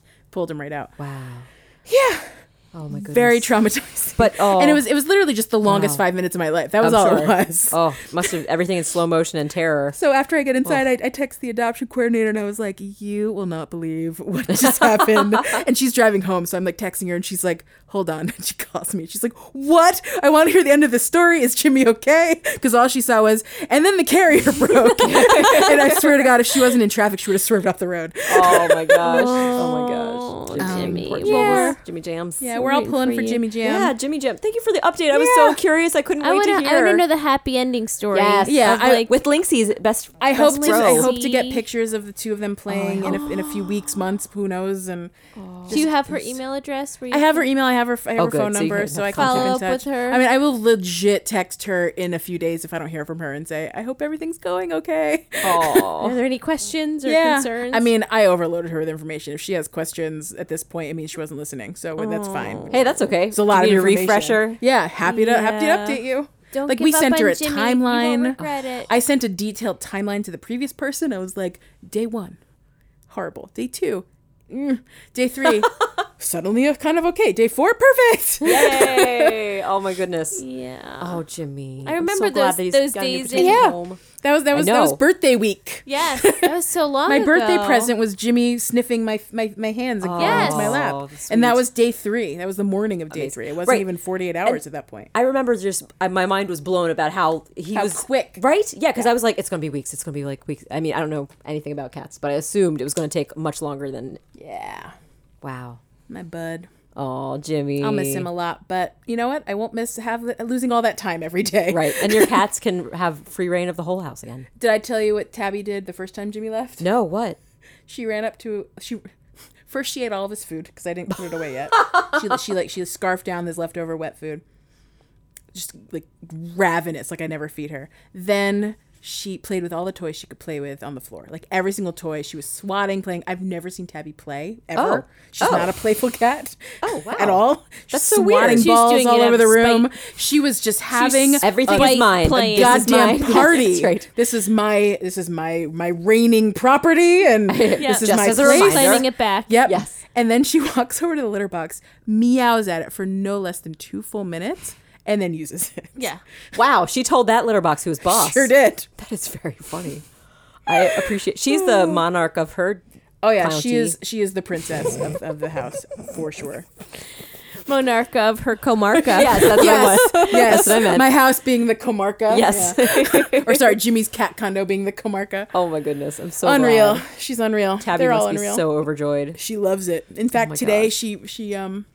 *sniffs* pulled him right out.
Wow.
Yeah,
Oh my goodness.
very traumatizing.
But oh,
and it was it was literally just the longest
Wow.
five minutes of my life. That was
I'm
all it
sure.
was.
Oh, must have everything in slow motion and
*laughs*
terror.
So after I get inside, I, I text the adoption coordinator and I was like, You will not believe what just *laughs* happened. and she's driving home. So I'm like texting her and she's like, Hold on. *laughs* And she calls me. She's like, What? I want to hear the end of the story. Is Jimmy okay? Because all she saw was, And then the carrier *laughs* broke. and I swear to God, if she wasn't in traffic, she would have swerved off the road.
Oh my gosh. Oh my gosh.
Oh, Jimmy.
Poor
Yeah.
Jimmy. Jimmy Jams.
Yeah, we're all
rooting
pulling
for
for
you.
Jimmy Jam.
Yeah, Jimmy Jam. Thank you for the update. I was so
Yeah.
curious. I couldn't
I
wait
want to.
to
I
hear.
want to know the happy ending story.
Yes.
Yeah,
Of,
I-
like,
with Linksy's best.
I
best
hope to,
bro.
I *laughs* hope to get
See? Oh,
pictures of the two of them playing in, a, in a few weeks, months, who knows? And
do you have her email address? Where you
I have her
can-
email. I have her. I have
Oh,
her
good.
phone
So you
number,
can
so
have
I can
Follow
keep in
up with
touch.
her.
I mean, I will legit text her in a few days if I don't hear from her and say, "I hope everything's going okay." *laughs*
Oh.
Are there any questions or concerns?
I mean, I overloaded her with information. If she has questions at this point, it means she wasn't listening, so that's fine.
Hey, that's okay.
It's a lot
you need
of
a
information.
refresher.
Yeah, happy to happy to
Yeah.
update you.
Don't
like we
give up
sent her
on
a
Jimmy. You won't
timeline.
regret it.
I sent a detailed timeline to the previous person. I was like, day one, horrible. Day two, mm.
*laughs*
day three, suddenly kind of okay. Day four,
*laughs*
perfect.
Yay! Oh my goodness.
yeah.
Oh, Jimmy.
I
I'm
remember
so glad
those-
that he's
those
gotten to
days
take
in-
you
Yeah.
home.
That was that was that
know.
was birthday week.
Yes, that was so long.
My birthday
ago.
present was Jimmy sniffing my my, my hands and crawling
Yes.
into my
Oh,
lap,
that's
and that
sweet.
was day three. That was the morning of day three. It wasn't
Right.
even forty eight hours at that point.
I remember just I, my mind was blown about how he
How
was
quick.
right? Yeah, because I was like, it's gonna be weeks. It's gonna be like weeks. I mean, I don't know anything about cats, but I assumed it was gonna take much longer than.
Yeah,
Wow.
my bud.
Oh, Jimmy.
I'll miss him a lot, but you know what? I won't miss have losing all that time every day.
Right, and your cats can have free reign of the whole house again.
*laughs* Did I tell you what Tabby did the first time Jimmy left?
No, what?
She ran up to she. *laughs* First, she ate all of his food because I didn't put it
*laughs*
away yet. she she like she scarfed down this leftover wet food, just like ravenous, like I never feed her. Then she played with all the toys she could play with on the floor, like every single toy. She was swatting, playing. I've never seen Tabby play ever.
Oh.
She's
Oh.
not a playful cat.
Oh, wow.
At all. She's
so weird.
swatting
She's
balls
doing
all
it out
over
of
the room. She was just having
Everything
Spike
is mine.
playing.
This is
goddamn
mine. *laughs*
party.
That's right.
This is my this is my my reigning property
*laughs*
and this is
Just
my
as a
place.
reminder.
Claiming it back.
Yep.
Yes.
And then she *laughs* walks over to the litter box, meows at it for no less than two full minutes, and then uses it.
Yeah.
Wow, she told that litter box who was boss.
Sure did.
That is very funny. I appreciate. She's
*laughs*
the monarch of her.
Oh yeah,
Bounty.
she is she is the princess of, of the house for sure.
Monarca of her
*laughs*
comarca.
Yes, that's
*laughs* Yes,
what I was.
yes.
*laughs* That's what I meant.
My house being the comarca.
Yes.
Yeah. or sorry, Jimmy's cat condo being the comarca.
*laughs* Oh my goodness, I'm so
unreal.
glad.
She's unreal.
Tabby
They're
must
all
be
unreal.
so overjoyed.
she loves it. In
Oh
fact,
my
today
gosh.
she she um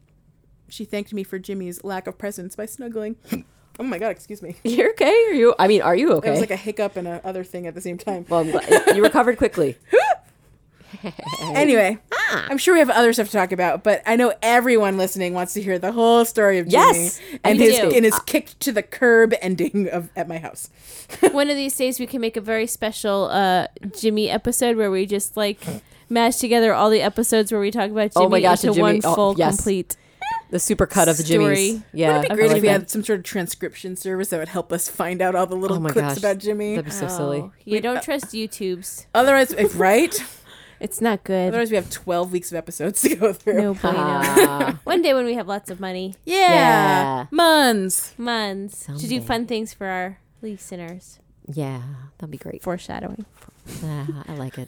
she thanked me for Jimmy's lack of presence
*laughs*
by snuggling. oh my god, excuse me.
*laughs* You're okay? Are you? I mean, are you
It was
okay?
like a hiccup and a other thing at the same time.
well, I'm glad- you recovered quickly.
Anyway,
Ah.
I'm sure we have other stuff to talk about, but I know everyone listening wants to hear the whole story of Jimmy
Yes, Ah.
and
we
his
do.
and his kicked to the curb ending of at my house.
One of these days we can make a very special uh, Jimmy episode where we just like mash together all the episodes where we talk about Jimmy
Oh my gosh,
into
a Jimmy-
one
oh,
full
yes.
complete.
The super cut of the Jimmy's.
Story.
Yeah,
It'd be
I
great
like
if we
that.
had some sort of transcription service that would help us find out all the little
Oh my
clips
gosh,
about Jimmy.
That'd be so silly.
Oh, you don't trust YouTube's.
Otherwise,
*laughs*
if right,
It's not good.
otherwise we have 12 weeks of episodes to go through.
*laughs*
No bueno.
Ah,
One day when we have lots of money,
*laughs*
yeah,
Yeah. Muns.
months to do
Someday.
fun things for our listeners.
*laughs* yeah, that'd be
*laughs*
great.
Foreshadowing.
Yeah, I like it.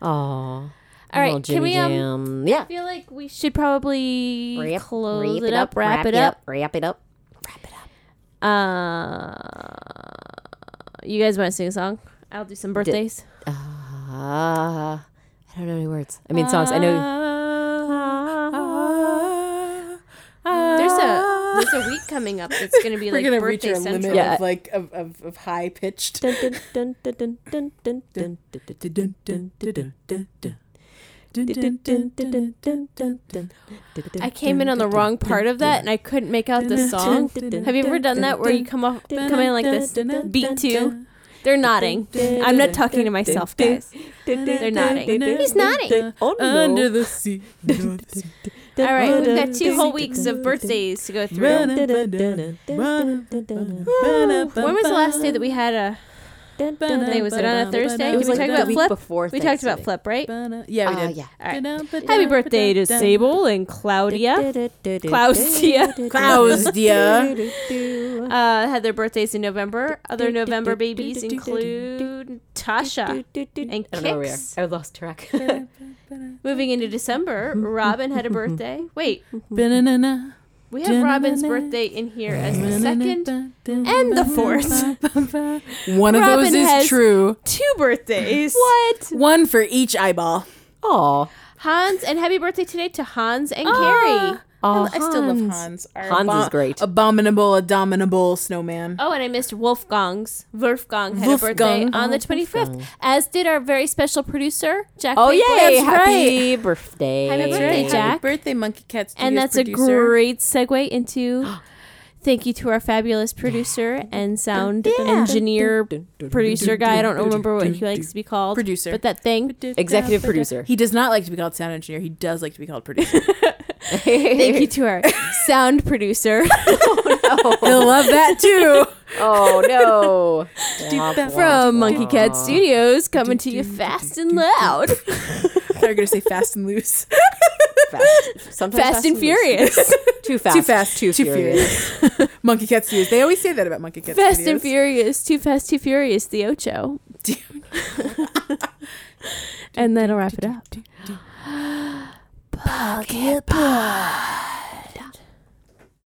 Oh,
All right, can we, um,
Jam. Yeah,
I feel like we should probably
Wrap-
close
wrap
it up, wrap it up.
wrap it up.
Uh, you guys want to sing a song? I'll do some birthdays.
Ah, I don't know any words. I mean, songs. I know.
There's a there's a week coming up that's gonna be
We're
like
gonna reach
birthday
our
central.
limit
Yeah.
of like of, of, of high pitched.
I came in on the wrong part of that and I couldn't make out the song. Have you ever done that where you come off come in like this? Beat two. They're nodding. I'm not talking to myself, guys. They're nodding.
He's nodding.
Oh
Under the sea.
All right, we've got two whole weeks of birthdays to go through. When was the last day that we had a birthday? Was it on a Thursday?
It was
Did we
like
talk
the
about
week
Flip?
before
We talked about Flip, right?
Yeah, we
Ah,
Oh,
did.
yeah.
All right. Happy birthday to Sable and Claudia. Clausia.
Clowes, dear.
Uh, had their birthdays in November. Other November babies include Tasha and
I don't know where we are.
Kix.
I lost track. *laughs*
Moving into December, Robin had a birthday. Wait,
Banana.
we have Robin's birthday in here as the second and the
*laughs*
fourth.
One of
Robin
those is
has-
true.
Two birthdays. What?
One for each eyeball.
Oh,
Hans, and happy birthday today to Hans and
Ah!
Carrie.
oh,
I still love Hans. Our
Hans is great.
Abominable, abominable snowman.
Oh, and I missed Wolfgang's. Wolfgang had a birthday
Wolfgang.
on the 25th, as did our very special producer, Jack.
Oh
Maple.
yay!
That's
Happy birthday!
Happy birthday, Jack.
Happy birthday, Monkey Cat Studios
and that's
producer.
a great segue into *gasps* thank you to our fabulous producer and sound engineer producer guy i don't remember what he likes to be called
Producer.
but that thing
Executive producer.
He does not like to be called sound engineer. He does like to be called producer.
*laughs* thank
*laughs*
you to our sound producer
He'll love that too.
Oh no! Womp, womp.
from monkey cat studios coming to you fast and loud
*laughs* They're gonna say fast and loose.
Fast. Sometimes
fast and
loose.
furious
Too fast.
too fast,
Too, furious.
furious. *laughs* Monkey Cat Studios. They always say that about Monkey Cat
fast and
Studios.
furious too fast too furious the ocho and that'll wrap it up
Pocket Pod.